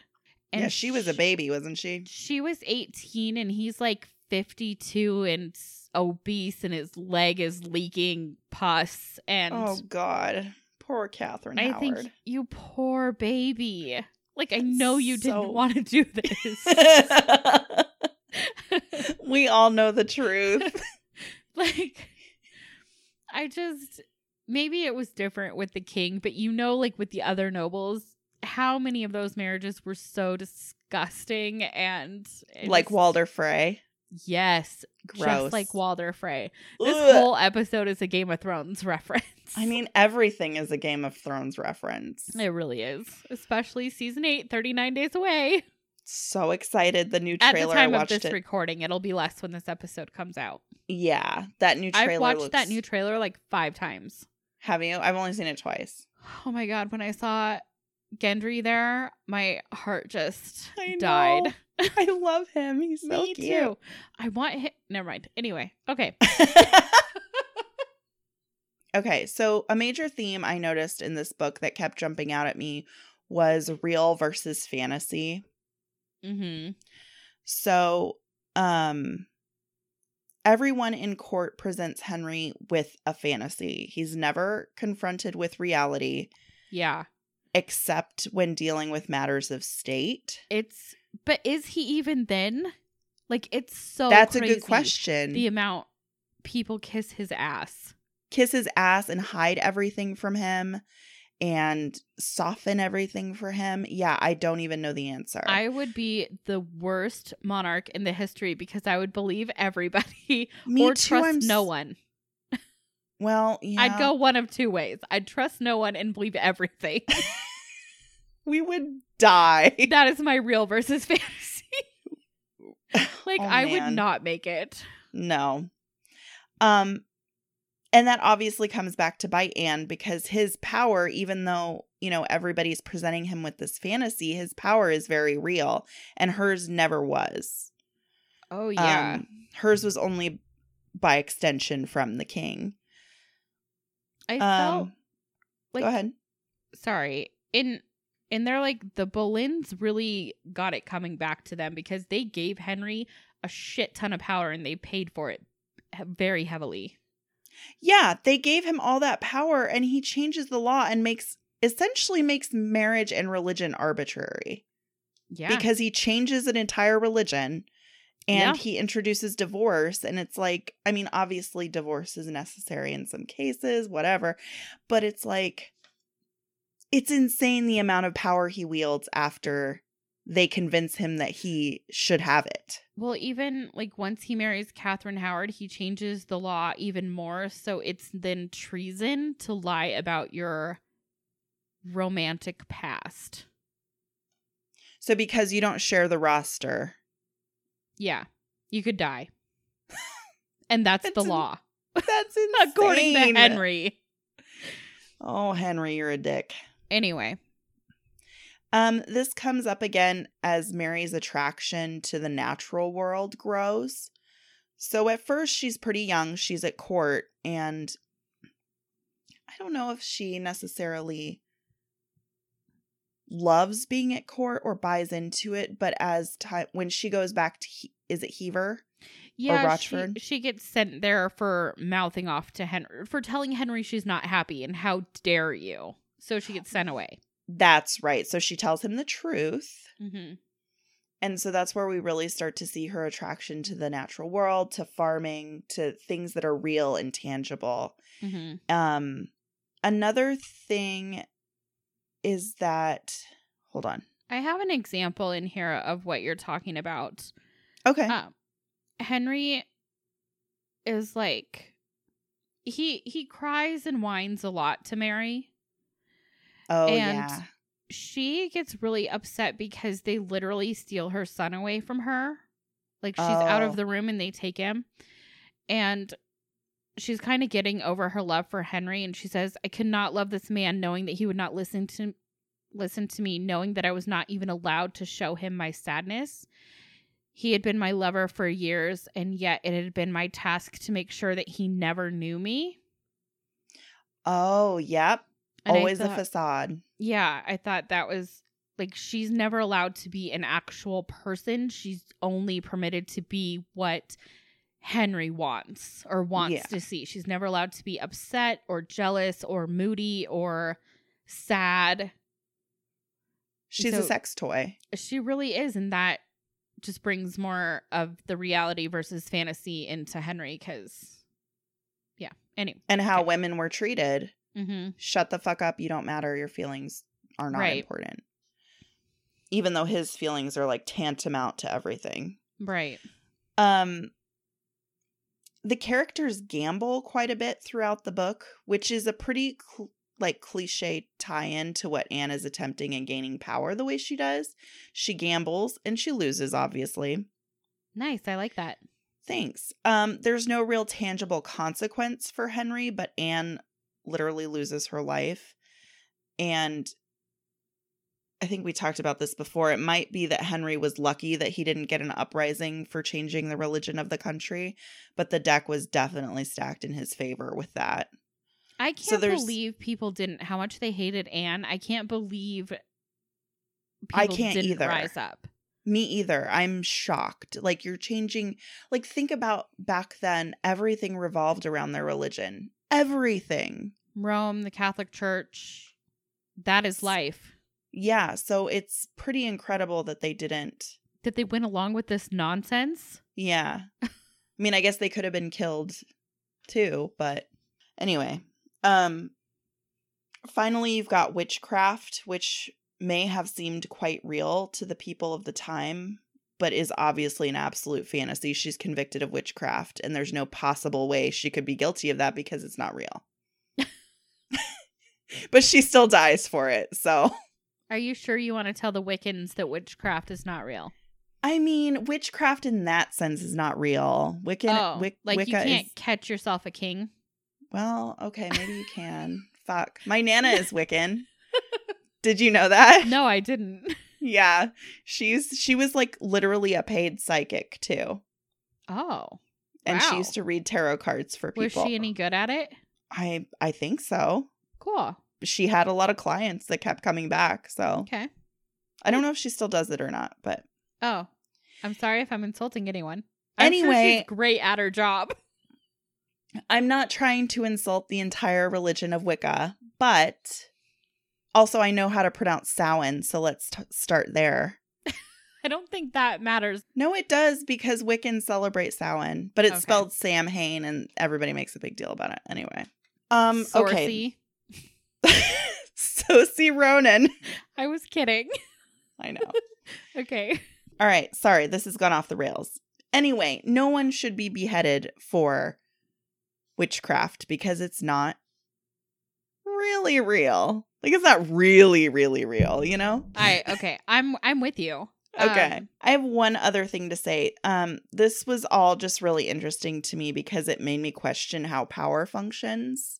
yeah, she was a
baby.
baby, wasn't she?
She was 18 and he's like 52 and s- obese and his leg is leaking pus and
oh god. Poor Catherine
I
Howard.
think you poor baby. Like I know you
So-
didn't want to
[laughs]
do this. [laughs]
we all know the truth.
like I just maybe it was different with the king, but you know like with the other nobles how many of those marriages were so disgusting and it
like
just-
Walder Frey.
Yes,
Gross.
just like Walder Frey. This
Ugh.
whole episode is a Game of Thrones [laughs] reference.
I mean, everything is a Game of Thrones reference.
it really is, especially season 8, 39 days away.
So excited. The new
At the
trailer
time
I
of
watched
this
it.
recording, it'll be less when this episode comes out.
yeah, that new trailer.
I've watched
looks-
that new trailer like five times.
Have you? I've only seen it
[laughs]
twice.
Oh my God, when I saw Gendry there, my heart just
I know.
died.
I love him. He's so
Me
cute.
too. I want him. Never mind. Anyway, okay.
[laughs] okay, so a major theme I noticed in this book that kept jumping out at me was real versus fantasy.
Mm-hmm.
So, um everyone in court presents Henry with a fantasy. He's never confronted with reality
Yeah.
except when dealing with matters of state.
It's, but is he even then? Like, it's so
That's a
Oh, crazy.
good question.
the amount people kiss his ass.
Kiss his ass and hide everything from him and soften everything for him? Yeah, I don't even know the answer.
I would be the worst monarch in the history because I would believe everybody [laughs]
Me
or
too,
trust
I'm s-
no one.
Well, yeah.
I'd go one of two ways. I'd trust no one and believe
[laughs]
everything. [laughs]
We would die.
that is my real versus [laughs]
[laughs]
fantasy. like
Oh,
I would
man.
not make it.
No. Um and that obviously comes back to bite Anne because his power, even though, you know, everybody's presenting him with this fantasy, his power is very real and hers never was.
Oh
Um, hers was only by extension from the king.
I felt
Um,
like
go ahead.
sorry in and they're like the boleyns really got it coming back to them because they gave henry a shit ton of power and they paid for it he- very heavily
Yeah, they gave him all that power and he changes the law and makes essentially makes marriage and religion arbitrary.
yeah
because he changes an entire religion
Yeah.
and he introduces divorce and it's like i mean obviously divorce is necessary in some cases whatever but it's like it's insane the amount of power he wields after they convince him that he should have it
well even like once he marries catherine howard he changes the law even more so it's then treason to lie about your romantic past
so because you don't share
[laughs]
the roster
yeah you could die [laughs] and that's
That's
the
in-
law
that's insane
according to henry
oh henry you're a dick
anyway
Um, this comes up again as Mary's attraction to the natural world grows. So at first, she's pretty young. She's at court, and I don't know if she necessarily loves being at court or buys into it. But as time, when she goes back to, he- is it Heaver?
Yeah,
Rochford?
She, she gets sent there for mouthing off to Henry for telling Henry she's not happy and how dare you. So she gets sent away.
That's right. So she tells him the truth.
Mm-hmm.
And so that's where we really start to see her attraction to the natural world, to farming, to things that are real and tangible.
Mm-hmm.
Um, another thing is that hold on.
I have an example in here of what you're talking about.
Okay.
Um, Henry is like he he cries and whines a lot to Mary.
oh
and-
yeah.
She gets really upset because they literally steal her son away from her. Like she's out
Oh.
of the room and they take him. And she's kind of getting over her love for Henry and she says, "I could not love this man knowing that he would not listen to listen to me, knowing that I was not even allowed to show him my sadness. He had been my lover for years and yet it had been my task to make sure that he never knew me."
Oh yep.
And I
Always the
thought-
facade.
yeah, I thought that was like she's never allowed to be an actual person. She's only permitted to be what Henry wants or wants
Yeah.
to see. She's never allowed to be upset or jealous or moody or sad.
She's a
so-
sex toy.
She really is. And that just brings more of the reality versus fantasy into Henry because, yeah. Anyway.
And how
okay.
women were treated.
Mm-hmm.
Shut the fuck up, you don't matter, your feelings are not
Right.
important. Even though his feelings are like tantamount to everything.
Right.
Um the characters gamble quite a bit throughout the book, which is a pretty cl- like cliche tie-in to what Anne is attempting and gaining power the way she does. She gambles and she loses obviously.
Nice. I like that.
Thanks. Um there's no real tangible consequence for Henry, but Anne literally loses her life and I think we talked about this before. It might be that Henry was lucky that he didn't get an uprising for changing the religion of the country, but the deck was definitely stacked in his favor with that.
I
So
can't
there's-
believe people didn't how much they hated Anne. I can't believe people
I can't
didn't
either.
rise up.
Me either. I'm shocked. Like you're changing like think about back then everything revolved around their religion. Everything.
Rome, the Catholic Church, that is life.
Yeah, so it's pretty incredible that they didn't.
That they went along with this nonsense.
Yeah. I mean, I guess they could have been killed too, but anyway. Um Finally, you've got witchcraft, which may have seemed quite real to the people of the time, but is obviously an absolute fantasy. She's convicted of witchcraft, and there's no possible way she could be guilty of that because it's not real. [laughs] but she still dies for it, so.
Are you sure you want to tell the Wiccans that witchcraft is not real?
I mean, witchcraft in that sense is not real. Wiccan,
oh,
Wic-
like
Wicca
you can't
is.
catch yourself a king.
Well, okay, maybe you can. Fuck. My
[laughs]
Nana is Wiccan. Did you know that?
No, I didn't.
[laughs]
[laughs]
Yeah. She's she was like literally a paid psychic too.
Oh,
And she
Wow.
used to read tarot cards for people.
was she any good at it?
I I think so.
Cool.
She had a lot of clients that kept coming back, so
Okay.
I don't know if she still does it or not, but
Oh, I'm sorry if I'm insulting anyone. I'm sure
Anyway-
she's great at her job. [laughs]
I'm not trying to insult the entire religion of Wicca, but also I know how to pronounce Samhain, so let's t- start there.
I don't think that matters.
No, it does because Wiccans celebrate Samhain, but it's
Okay.
spelled Sam Hain, and everybody makes a big deal about it anyway. Um, okay.
Sorcy.
[laughs] so see Ronan.
I was kidding. [laughs]
I know.
Okay.
All right, sorry, this has gone off the rails. Anyway, no one should be beheaded for witchcraft because it's not really real. Like it's not really, really real, you know?
I okay. I'm I'm with you.
Okay.
Um,
I have one other thing to say. Um, this was all just really interesting to me because it made me question how power functions.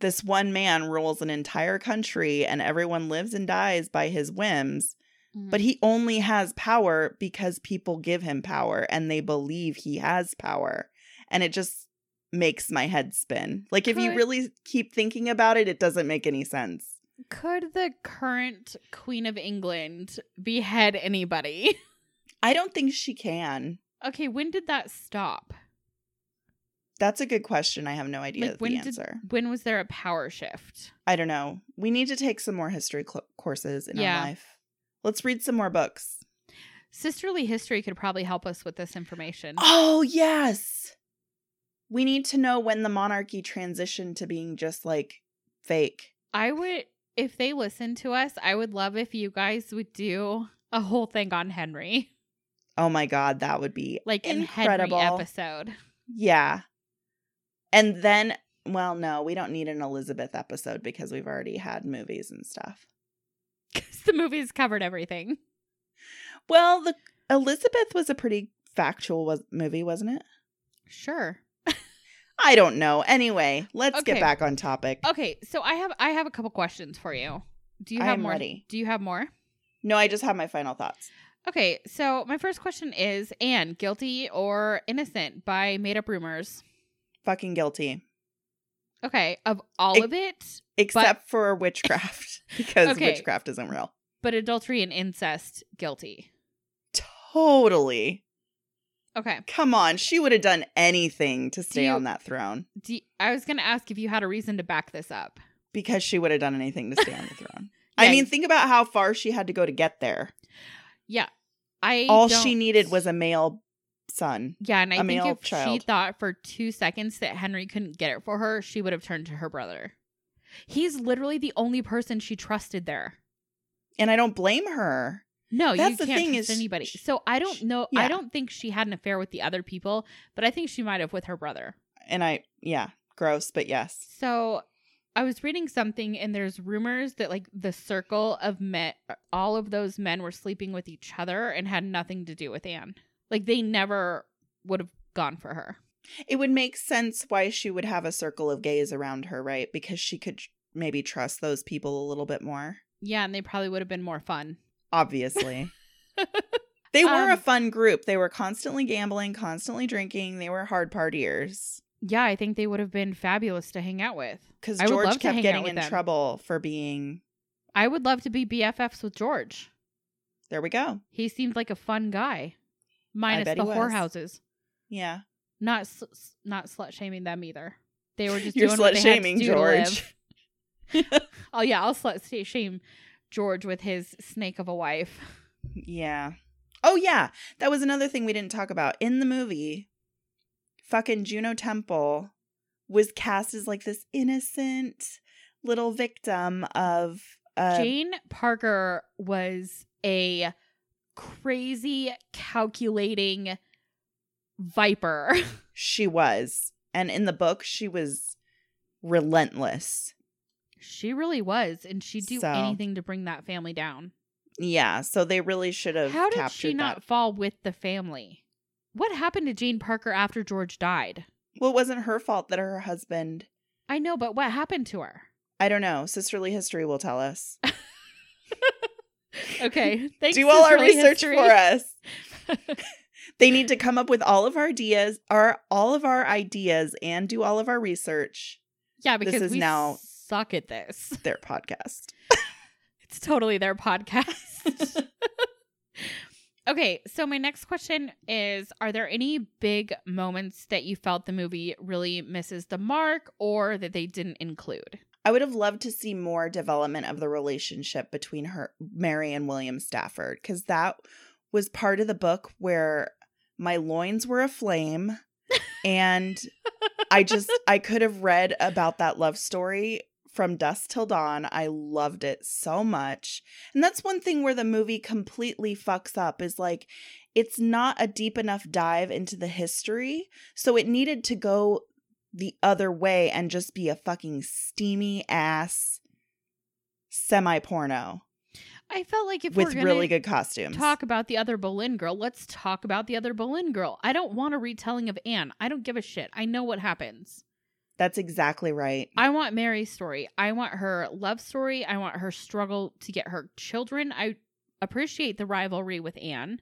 This one man rules an entire country and everyone lives and dies by his whims, but
Mm-hmm.
he only has power because people give him power and they believe he has power. And it just makes my head spin. Like, if you
Could-
really keep thinking about it, it doesn't make any sense.
could the current Queen of England behead anybody? [laughs]
I don't think she can.
Okay, when did that stop?
That's a good question. I have no idea
Like, when
the
did-
answer.
When was there a power shift?
I don't know. We need to take some more history cl- courses in
Yeah.
our life. Let's read some more books.
Sisterly history could probably help us with this
[gasps]
information.
Oh, yes. We need to know when the monarchy transitioned to being just like fake.
I would, if they listen to us, I would love if you guys would do a whole thing on Henry,
Oh my God, that would be
like an
incredible.
Henry episode. [laughs]
Yeah. And then, well, no, we don't need an Elizabeth episode because we've already had movies and stuff.
Because the movie's covered everything.
Well, the Elizabeth was a pretty factual was- movie, wasn't it?
Sure.
I don't know. Anyway, let's
Okay. Oh.
get back on topic.
Okay, so I have I have a couple questions for you. Do you
I
have
am
more?
ready.
Do you have more?
No, I just have my final thoughts.
Okay, so my first question is Anne, guilty or innocent by made up rumors?
Fucking guilty.
Okay, of all
Ex-
of it,
Except for witchcraft, [laughs] because
Okay.
witchcraft isn't real.
but adultery and incest, guilty.
Totally.
Okay.
Come on. She would have done anything to stay
you-
on that throne
Do y- I was going to ask if you had a reason to back this up.
because she would have done anything to stay on
[laughs]
the throne. I
Yeah,
mean, think about how far she had to go to get there.
Yeah. I
All
don't-
she needed was a male son.
Yeah, and I
a
think
male
if she
child.
thought for 2 seconds that Henry couldn't get it for her, she would have turned to her brother. He's literally the only person she trusted there.
And I don't blame her.
No,
That's
you
the
can't
thing
trust
is sh-
anybody.
sh-
So I don't
sh-
know. I
yeah.
don't think she had an affair with the other people, but I think she might have with her brother.
And I, yeah, gross, but yes.
So I was reading something and there's rumors that like the circle of men all of those men were sleeping with each other and had nothing to do with Anne. Like they never would have gone for her.
It would make sense why she would have a circle of gays around her, right? Because she could tr- maybe trust those people a little bit more.
Yeah, and they probably would have been more fun. [laughs]
obviously. they were a
Um,
fun group. They were constantly gambling, constantly drinking. They were hard partiers
Yeah, I think they would have been fabulous to hang out with.
because
I would love
George
to
kept
hang out
getting
with
in
them.
trouble for being.
I would love to be BFFs with George.
There we go.
He seemed like a fun guy, minus
bet
the
he was.
whorehouses.
Yeah,
Not sl- s- not slut shaming them either. They
[laughs]
were just
you're
doing what they
slut
had to
shaming
do to live.
George.
Oh yeah, I'll slut sh- shame George with his snake of a wife.
Yeah. Oh yeah, that was another thing we didn't talk about in the movie. Fucking Juno Temple was cast as like this innocent, little victim of uh,
Jane Parker was a crazy calculating viper. [laughs]
she was. And in the book, she was relentless.
she really was, and she'd do
So-
anything to bring that family down.
Yeah, so they really should have
How did
captured
she not
that.
fall with the family? What happened to Jane Parker after George died?
Well, it wasn't her fault that her husband.
I know, but what happened to her?
I don't know. Sisterly history will tell us. [laughs]
Okay, thanks.
Do all our
Sisterly
research
History.
for us. they need to come up with all of our ideas, our all of our ideas, and do all of our research.
Yeah,
This
because
is
we
now-
suck at this. [laughs]
Their podcast.
It's totally their
[laughs]
podcast. okay, so my next question is Are there any big moments that you felt the movie really misses the mark or that they didn't include?
I would have loved to see more development of the relationship between her Mary and William Stafford because that was part of the book where my loins were aflame and I just I could have read about that love story from dusk till dawn. I loved it so much. And that's one thing where the movie completely fucks up is like it's not a deep enough dive into the history, so it needed to go the other way and just be a fucking steamy ass semi porno
I felt like if
with
we're gonna
really good costumes.
talk about the other Boleyn girl, let's talk about the other Boleyn girl. I don't want a retelling of Anne. I don't give a shit. I know what happens.
That's exactly right.
I want Mary's story. I want her love story. I want her struggle to get her children. I appreciate the rivalry with Anne.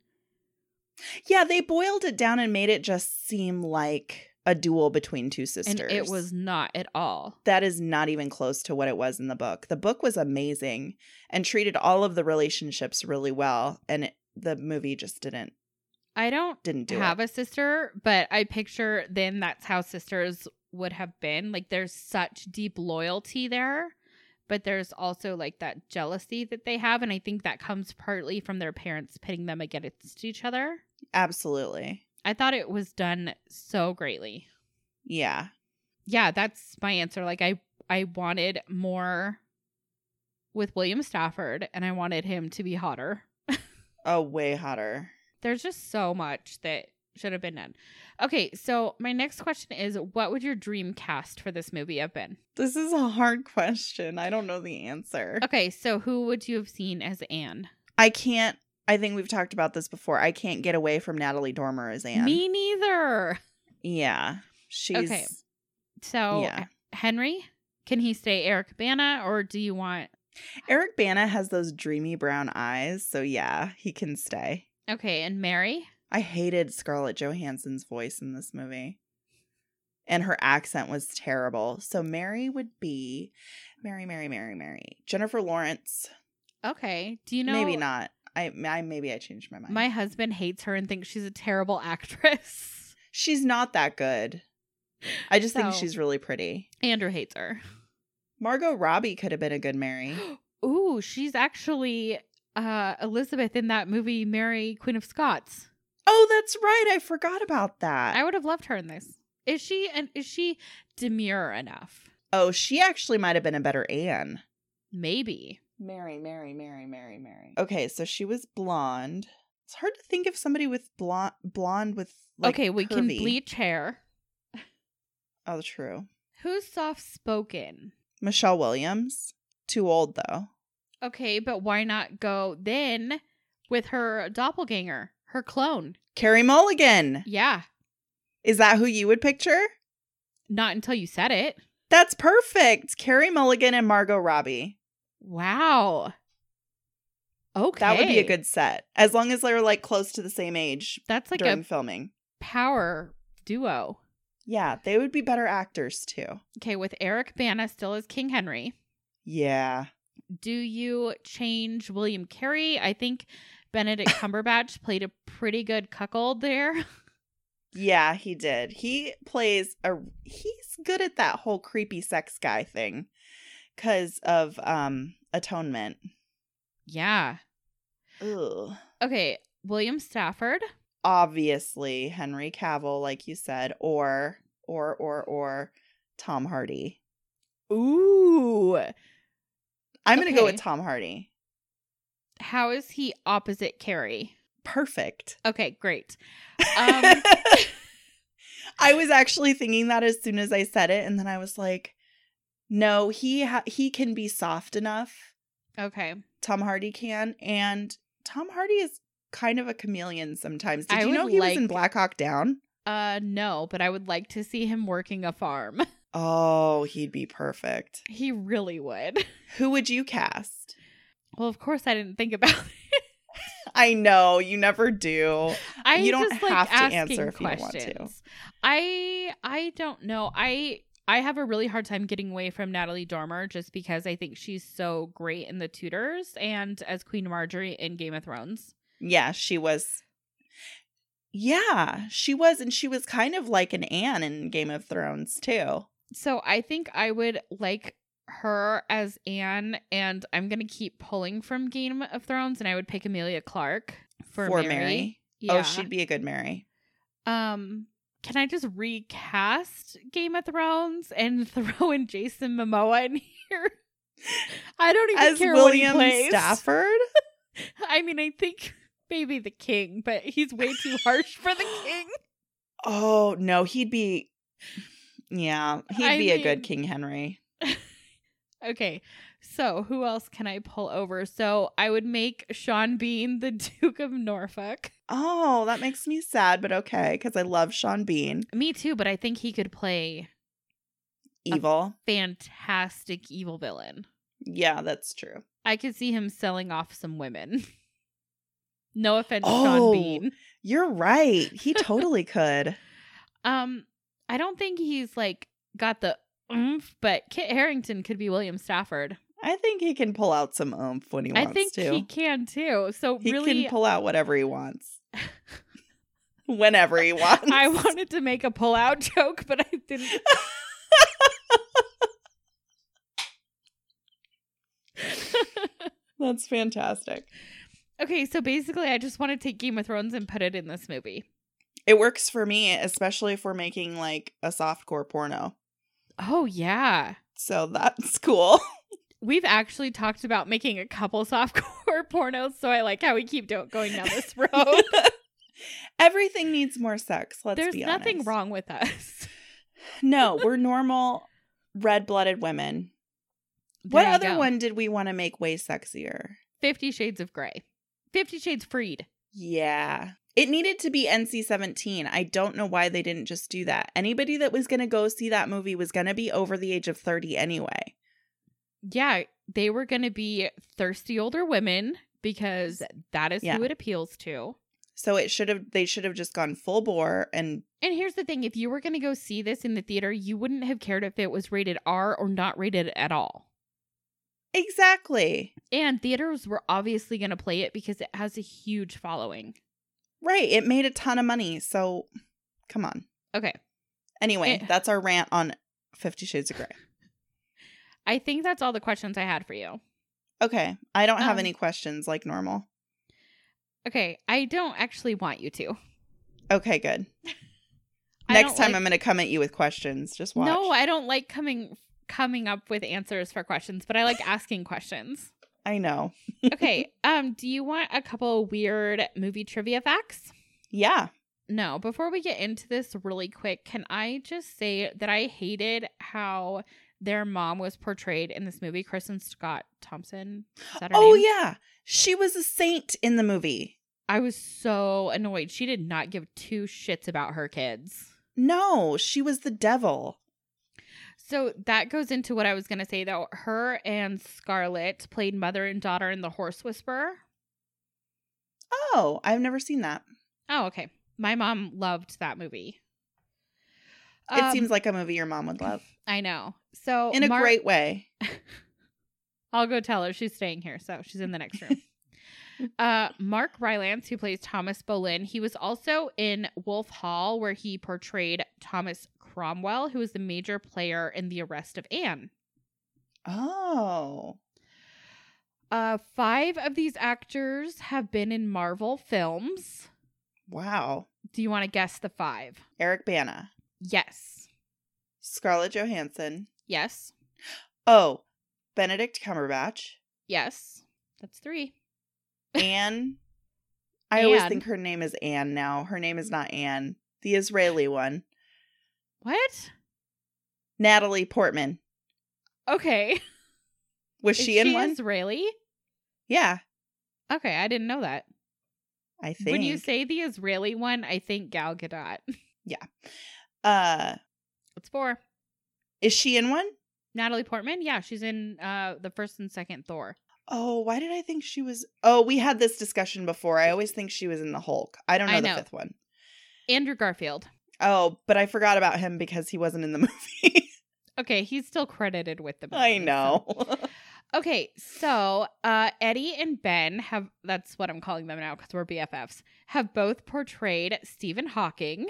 Yeah, they boiled it down and made it just seem like a duel between two sisters.
And it was not at all.
that is not even close to what it was in the book. The book was amazing and treated all of the relationships really well, and it, the movie just didn't
I don't
didn't do
have
it.
a sister, but I picture then that's how sisters would have been. Like there's such deep loyalty there, but there's also like that jealousy that they have. And I think that comes partly from their parents pitting them against each other.
Absolutely,
I thought it was done so greatly.
yeah.
Yeah, that's my answer. Like I I wanted more with William Stafford and I wanted him to be hotter.
Oh, way hotter.
there's just so much that should have been done. Okay, so my next question is what would your dream cast for this movie have been?
This is a hard question. I don't know the answer.
Okay, so who would you have seen as Anne?
I can't. I think we've talked about this before. I can't get away from Natalie Dormer as Anne.
Me neither.
Yeah, she's
Okay. So
Yeah.
Henry, can he stay Eric Bana or do you want
Eric Bana has those dreamy brown eyes, so yeah, he can stay.
Okay, and Mary?
I hated Scarlett Johansson's voice in this movie. And her accent was terrible. So Mary would be Mary, Mary, Mary, Mary. Jennifer Lawrence.
Okay. Do you know
maybe not. I, I maybe I changed my mind.
My husband hates her and thinks she's a terrible [laughs] actress.
she's not that good. I just think
So-
she's really pretty.
Andrew hates her.
Margot Robbie could have been a good Mary.
Ooh, she's actually uh Elizabeth in that movie Mary Queen of Scots.
Oh, that's right. I forgot about that.
I would have loved her in this. Is she and is she demure enough?
oh, she actually might have been a better Anne.
Maybe.
Mary, Mary, Mary, Mary, Mary. Okay, so she was blonde. It's hard to think of somebody with blonde, blonde with like
okay, we can
curvy.
bleach hair.
Oh, true.
Who's soft spoken?
Michelle Williams, too old though.
Okay, but why not go then with her doppelganger, her clone?
Carrie Mulligan.
Yeah,
Is that who you would picture?
not until you said it.
That's perfect. Carrie Mulligan and Margot Robbie.
Wow. Okay,
That would be a good set. As long as they were like close to the same age
That's like
during
a
filming.
power duo.
Yeah, they would be better actors too.
Okay, with Eric Bana still as King Henry.
Yeah.
do you change William Carey? I think Benedict Cumberbatch played a pretty good cuckold there. [laughs]
Yeah, he did. He plays a he's good at that whole creepy sex guy thing cuz of um Atonement.
Yeah.
Ugh.
Okay, William Stafford.
Obviously Henry Cavill like you said or or or or Tom Hardy.
Ooh.
I'm going to go
Okay.
with Tom Hardy.
How is he opposite Carrie?
Perfect.
Okay, great. Um,
[laughs] I was actually thinking that as soon as I said it, and then I was like, "No, he ha- he can be soft enough.
okay.
Tom Hardy can, and Tom Hardy is kind of a chameleon sometimes. Did
I
you know
would
he
like-
was in Black Hawk Down?
Uh no, but I would like to see him working a farm. [laughs]
Oh, he'd be perfect.
he really would.
Who would you cast?
Well, of course I didn't think about it.
I know you never do.
I
You don't
just like
have to
asking
answer if you don't want to.
questions. I I don't know. I I have a really hard time getting away from Natalie Dormer just because I think she's so great in The Tudors and as Queen Marjorie in Game of Thrones.
Yeah, she was. Yeah, she was, and she was kind of like an Anne in Game of Thrones too.
So I think I would like her as Anne, and I'm gonna keep pulling from Game of Thrones, and I would pick Amelia Clark for, Mary. Yeah.
Oh, she'd be a good Mary.
Um, can I just recast Game of Thrones and [laughs] throw in Jason Momoa in here? [laughs] I don't even
As
care
William
what he plays.
Stafford?
[laughs] I mean, I think [laughs] maybe the king, but he's way too harsh for the
[laughs]
king.
Oh, no, he'd be Yeah, he'd
I
be a
mean-
good King Henry.
Okay, so who else can I pull over? So I would make Sean Bean the [laughs] Duke of Norfolk.
Oh, that makes me sad, but okay, cuz I love Sean Bean.
Me too, but I think he could play Uh-huh.
Evil.
fantastic evil villain.
yeah, that's true.
I could see him selling off some women. [laughs] No offense, Sean
Oh.
Bean.
You're right. He totally could.
Um, I don't think he's like got the oomph, but Kit Harrington could be William Stafford.
I think he can pull out some oomph when he
I
wants
think
to.
he can too. So
He
really,
can pull out whatever he wants. Whenever he wants.
[laughs] I wanted to make a pull-out [laughs] joke, but I didn't.
[laughs] That's fantastic.
Okay, so basically, I just want to take Game of Thrones and put it in this movie.
It works for me, especially if we're making like a softcore porno.
Oh yeah,
So that's cool.
we've actually talked about making a couple [laughs] softcore pornos, so I like how we keep do- going down
[laughs]
this road.
Everything needs more sex. Let's
Oh. There's
be honest.
nothing wrong with us. [laughs]
No, we're normal, red-blooded women. what
There you
other
go.
one did we want to make way sexier?
Fifty Shades of Grey, Fifty Shades Freed.
Yeah. It needed to be NC-17. I don't know why they didn't just do that. Anybody that was going to go see that movie was going to be over the age of 30 anyway.
yeah, they were going to be thirsty older women because that is
Yeah.
who it appeals to.
So it should have they should have just gone full bore and
And here's the thing if you were going to go see this in the theater, you wouldn't have cared if it was rated R or not rated at all.
exactly.
And theaters were obviously going to play it because it has a huge following.
Right. It made a ton of money. So come on.
Okay.
Anyway,
Eh.
that's our rant on Fifty Shades of Grey.
I think that's all the questions I had for you.
Okay. I don't have
Um.
any questions like normal.
Okay. I don't actually want you to.
Okay, good.
I
Next
don't
time
like-
I'm going to come at you with questions. Just watch.
No, I don't like coming coming up with answers for questions, but I like asking questions.
I know.
Okay. Um, do you want a couple weird movie trivia facts?
Yeah.
No, before we get into this really quick, can I just say that I hated how their mom was portrayed in this movie, Kristen Scott Thompson? Is that her
Oh,
name?
yeah. She was a saint in the movie.
I was so annoyed. She did not give two shits about her kids.
No, she was the devil.
So that goes into what I was going to say though. Her and Scarlett played mother and daughter in The Horse Whisperer.
Oh, I've never seen that.
Oh, okay. My mom loved that movie.
it
Um,
seems like a movie your mom would love
I know. So
in a
Mar-
great way.
I'll go tell her she's staying here, so she's in the next
[laughs]
room. uh, Mark Rylance, who plays Thomas Boleyn, he was also in Wolf Hall, where he portrayed Thomas Cromwell, who was the major player in the arrest of Anne.
Oh,
Uh, five of these actors have been in Marvel films.
wow.
Do you want to guess the five?
Eric Bana,
Yes,
Scarlett Johansson,
yes,
Oh, Benedict Cumberbatch.
[laughs] Yes. That's three.
Anne. I always
Anne.
think her name is Anne now. Her name is not Anne. The Israeli one.
What?
Natalie Portman.
Okay.
Was she in one?
Israeli?
Yeah,
Okay, I didn't know that.
I think.
When you say the Israeli one, I think Gal Gadot.
uh,
It's four.
is she in one?
Natalie Portman? Yeah, she's in uh the first and second Thor.
Oh, why did I think she was? Oh, we had this discussion before. I always think she was in the Hulk. I don't know
I
the
know.
fifth one.
Andrew Garfield.
Oh, but I forgot about him because he wasn't in the [laughs] movie.
Okay, he's still credited with the
I
movie, so-
know. [laughs]
Okay, so uh, Eddie and Ben have, that's what I'm calling them now because we're BFFs, have both portrayed Stephen Hawking.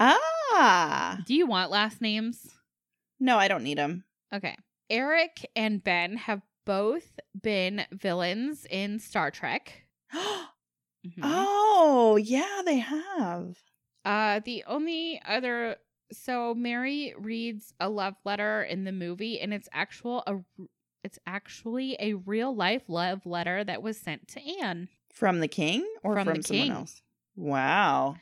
ah,
Do you want last names?
no, I don't need him. [gasps]
Okay. Eric and Ben have both been villains in Star Trek. Mhm.
Oh, yeah, they have.
Uh, the only other so Mary reads a love letter in the movie, and it's actual a it's actually a real life love letter that was sent to Anne.
From the king or
From
from,
the
someone
king.
else? Wow.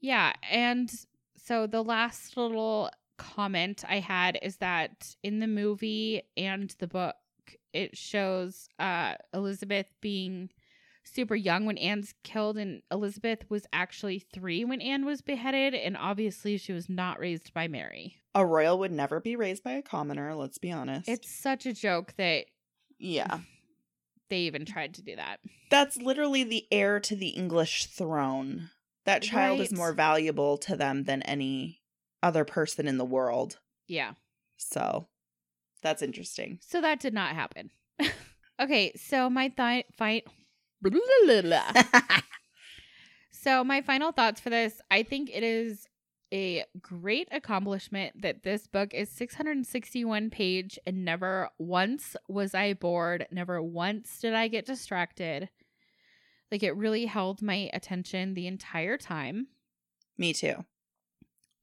Yeah, and so the last little comment I had is that in the movie and the book, it shows uh Elizabeth being super young when Anne's killed, and Elizabeth was actually three when Anne was beheaded, and obviously she was not raised by Mary.
A royal would never be raised by a commoner, let's be honest.
It's such a joke that
yeah.
they even tried to do that.
That's literally the heir to the English throne. That child is
Right.
more valuable to them than any other person in the world.
Yeah.
So
[laughs]
that's interesting.
So that did not happen. [laughs] okay, so my thought fight [laughs] So my final thoughts for this, I think it is a great accomplishment that this book is 661 page and never once was I bored, never once did I get distracted. Like it really held my attention the entire time.
Me too.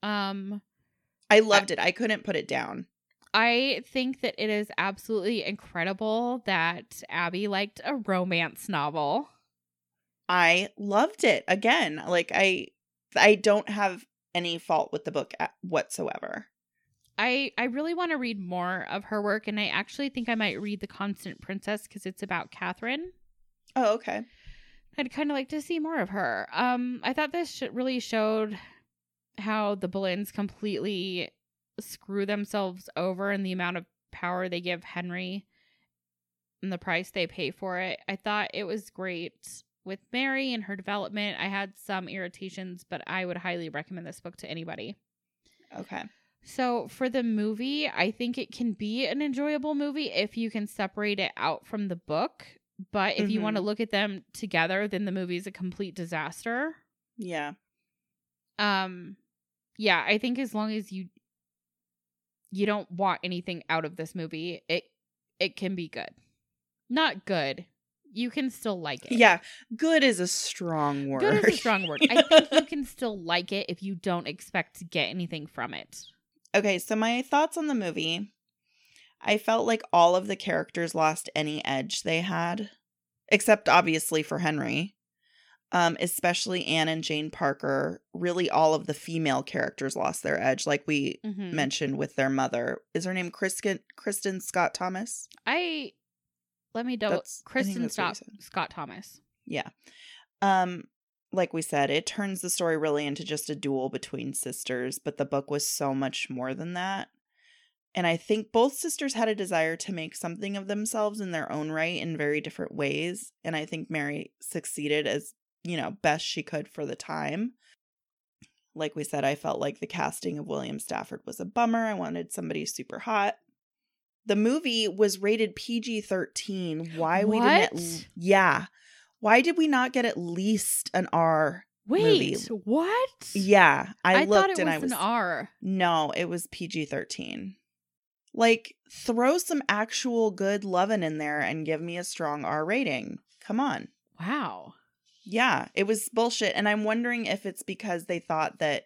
Um
I loved it. I couldn't put it down.
I think that it is absolutely incredible that Abby liked a romance novel.
I loved it again. Like I I don't have any fault with the book a- whatsoever.
I, I really want to read more of her work, and I actually think I might read The Constant Princess because it's about Catherine.
Oh, okay.
I'd kind of like to see more of her. Um, I thought this sh- really showed how the Boleyns completely screw themselves over and the amount of power they give Henry and the price they pay for it. I thought it was great with Mary and her development. I had some irritations, but I would highly recommend this book to anybody.
Okay.
So, for the movie, I think it can be an enjoyable movie if you can separate it out from the book. But if you want to look at them together, then the movie's a complete disaster.
Yeah.
Um yeah, I think as long as you you don't want anything out of this movie, it it can be good. Not good. You can still like it.
Yeah. Good is a strong word.
Good is a strong word. I
[laughs]
think you can still like it if you don't expect to get anything from it.
Okay, so my thoughts on the movie. I felt like all of the characters lost any edge they had, except obviously for Henry. Um, especially Anne and Jane Parker. Really, all of the female characters lost their edge, like we
Mhm.
mentioned with their mother. Is her name Kristen, Kristen Scott Thomas?
I let me double
That's- I think
Kristen
that's what you
Scott
said.
Scott Thomas.
Yeah. Um, like we said, it turns the story really into just a duel between sisters, but the book was so much more than that. And I think both sisters had a desire to make something of themselves in their own right in very different ways. And I think Mary succeeded as, you know, best she could for the time. Like we said, I felt like the casting of William Stafford was a bummer. I wanted somebody super hot. The movie was rated PG 13. Why we didn't. at
What?
l- yeah. Why did we not get at least an R? movie.
Wait, what?
Yeah, I, looked
thought it
and
was
I was
an R.
no, it was PG thirteen. Like, throw some actual good lovin' in there and give me a strong R rating. Come on.
Wow.
Yeah, it was bullshit. And I'm wondering if it's because they thought that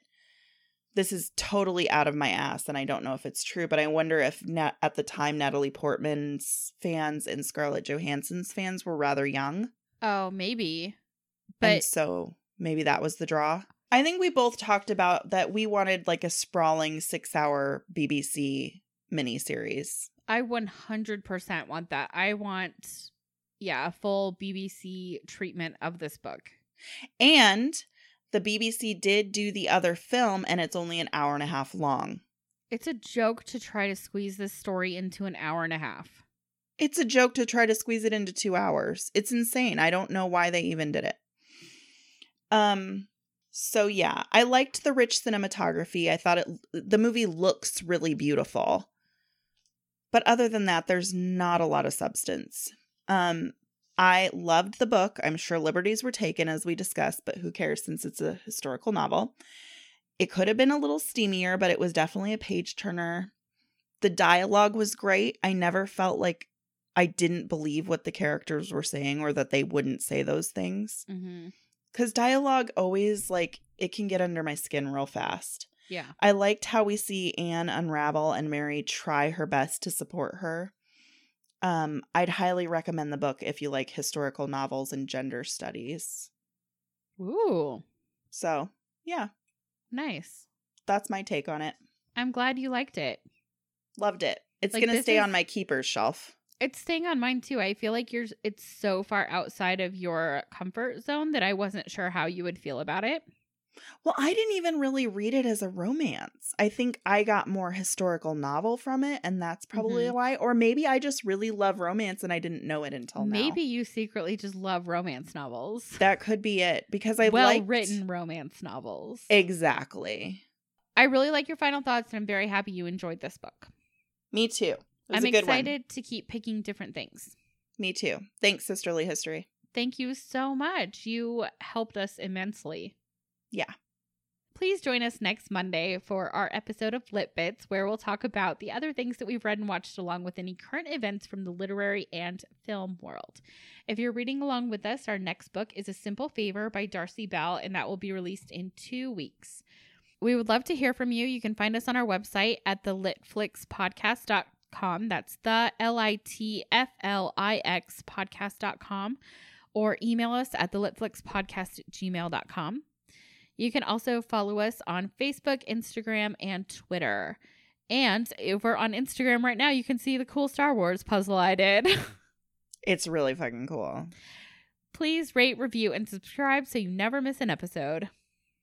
this is totally out of my ass and I don't know if it's true, but I wonder if na- at the time Natalie Portman's fans and Scarlett Johansson's fans were rather young.
Oh, maybe. But
and so maybe that was the draw. I think we both talked about that we wanted like a sprawling six hour BBC miniseries.
I 100% want that. I want, yeah, a full BBC treatment of this book.
And the BBC did do the other film, and it's only an hour and a half long.
It's a joke to try to squeeze this story into an hour and a half.
It's a joke to try to squeeze it into two hours. It's insane. I don't know why they even did it. Um, so yeah, I liked the rich cinematography. I thought it the movie looks really beautiful. But other than that, there's not a lot of substance. Um, I loved the book. I'm sure liberties were taken as we discussed, but who cares since it's a historical novel. It could have been a little steamier, but it was definitely a page turner. The dialogue was great. I never felt like I didn't believe what the characters were saying or that they wouldn't say those things.
Mm-hmm.
Because dialogue always, like, it can get under my skin real fast.
Yeah.
I liked how we see Anne unravel and Mary try her best to support her. Um, I'd highly recommend the book if you like historical novels and gender studies.
Ooh,
So, yeah,
nice.
that's my take on it.
I'm glad you liked it.
Loved it. It's
Like,
going to
this
stay
is-
on my keeper's shelf.
It's staying on mine too. I feel like yours it's so far outside of your comfort zone that I wasn't sure how you would feel about it.
Well, I didn't even really read it as a romance. I think I got more historical novel from it, and that's probably
Mhm.
why. Or maybe I just really love romance and I didn't know it until now.
Maybe you secretly just love romance
[laughs]
novels.
That could be it because I
well
liked-
written romance novels.
Exactly.
I really like your final thoughts and I'm very happy you enjoyed this book.
Me too. It was
I'm
a good one.
excited to keep picking different things.
Me too. Thanks, Sisterly History.
Thank you so much. You helped us immensely.
Yeah.
Please join us next Monday for our episode of Lit Bits, where we'll talk about the other things that we've read and watched along with any current events from the literary and film world. If you're reading along with us, our next book is A Simple Favor by Darcy Bell, and that will be released in two weeks. We would love to hear from you. You can find us on our website at the litflixpodcast.com. That's the L I T F L I X podcast.com or email us at the litflixpodcast at gmail.com. You can also follow us on Facebook, Instagram, and Twitter. And over on Instagram right now, you can see the cool Star Wars puzzle I did. [laughs]
It's really fucking cool.
Please rate, review, and subscribe so you never miss an episode.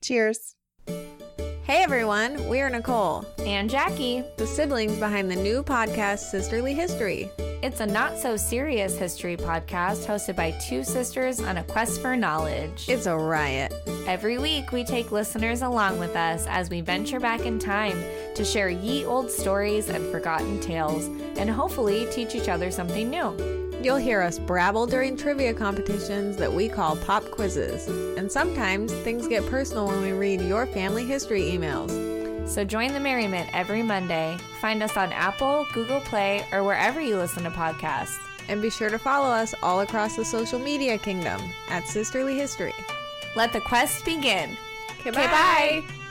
Cheers.
Hey everyone, we are Nicole,
and Jackie.
the siblings behind the new podcast Sisterly History.
It's a not so serious history podcast hosted by two sisters on a quest for knowledge.
It's a riot.
Every week, we take listeners along with us as we venture back in time to share ye old stories and forgotten tales, and hopefully teach each other something new.
You'll hear us brabble during trivia competitions that we call pop quizzes. And sometimes things get personal when we read your family history emails.
So join the merriment every Monday. Find us on Apple, Google Play, or wherever you listen to podcasts.
And be sure to follow us all across the social media kingdom at Sisterly History.
Let the quest begin.
Okay,
Okay, bye.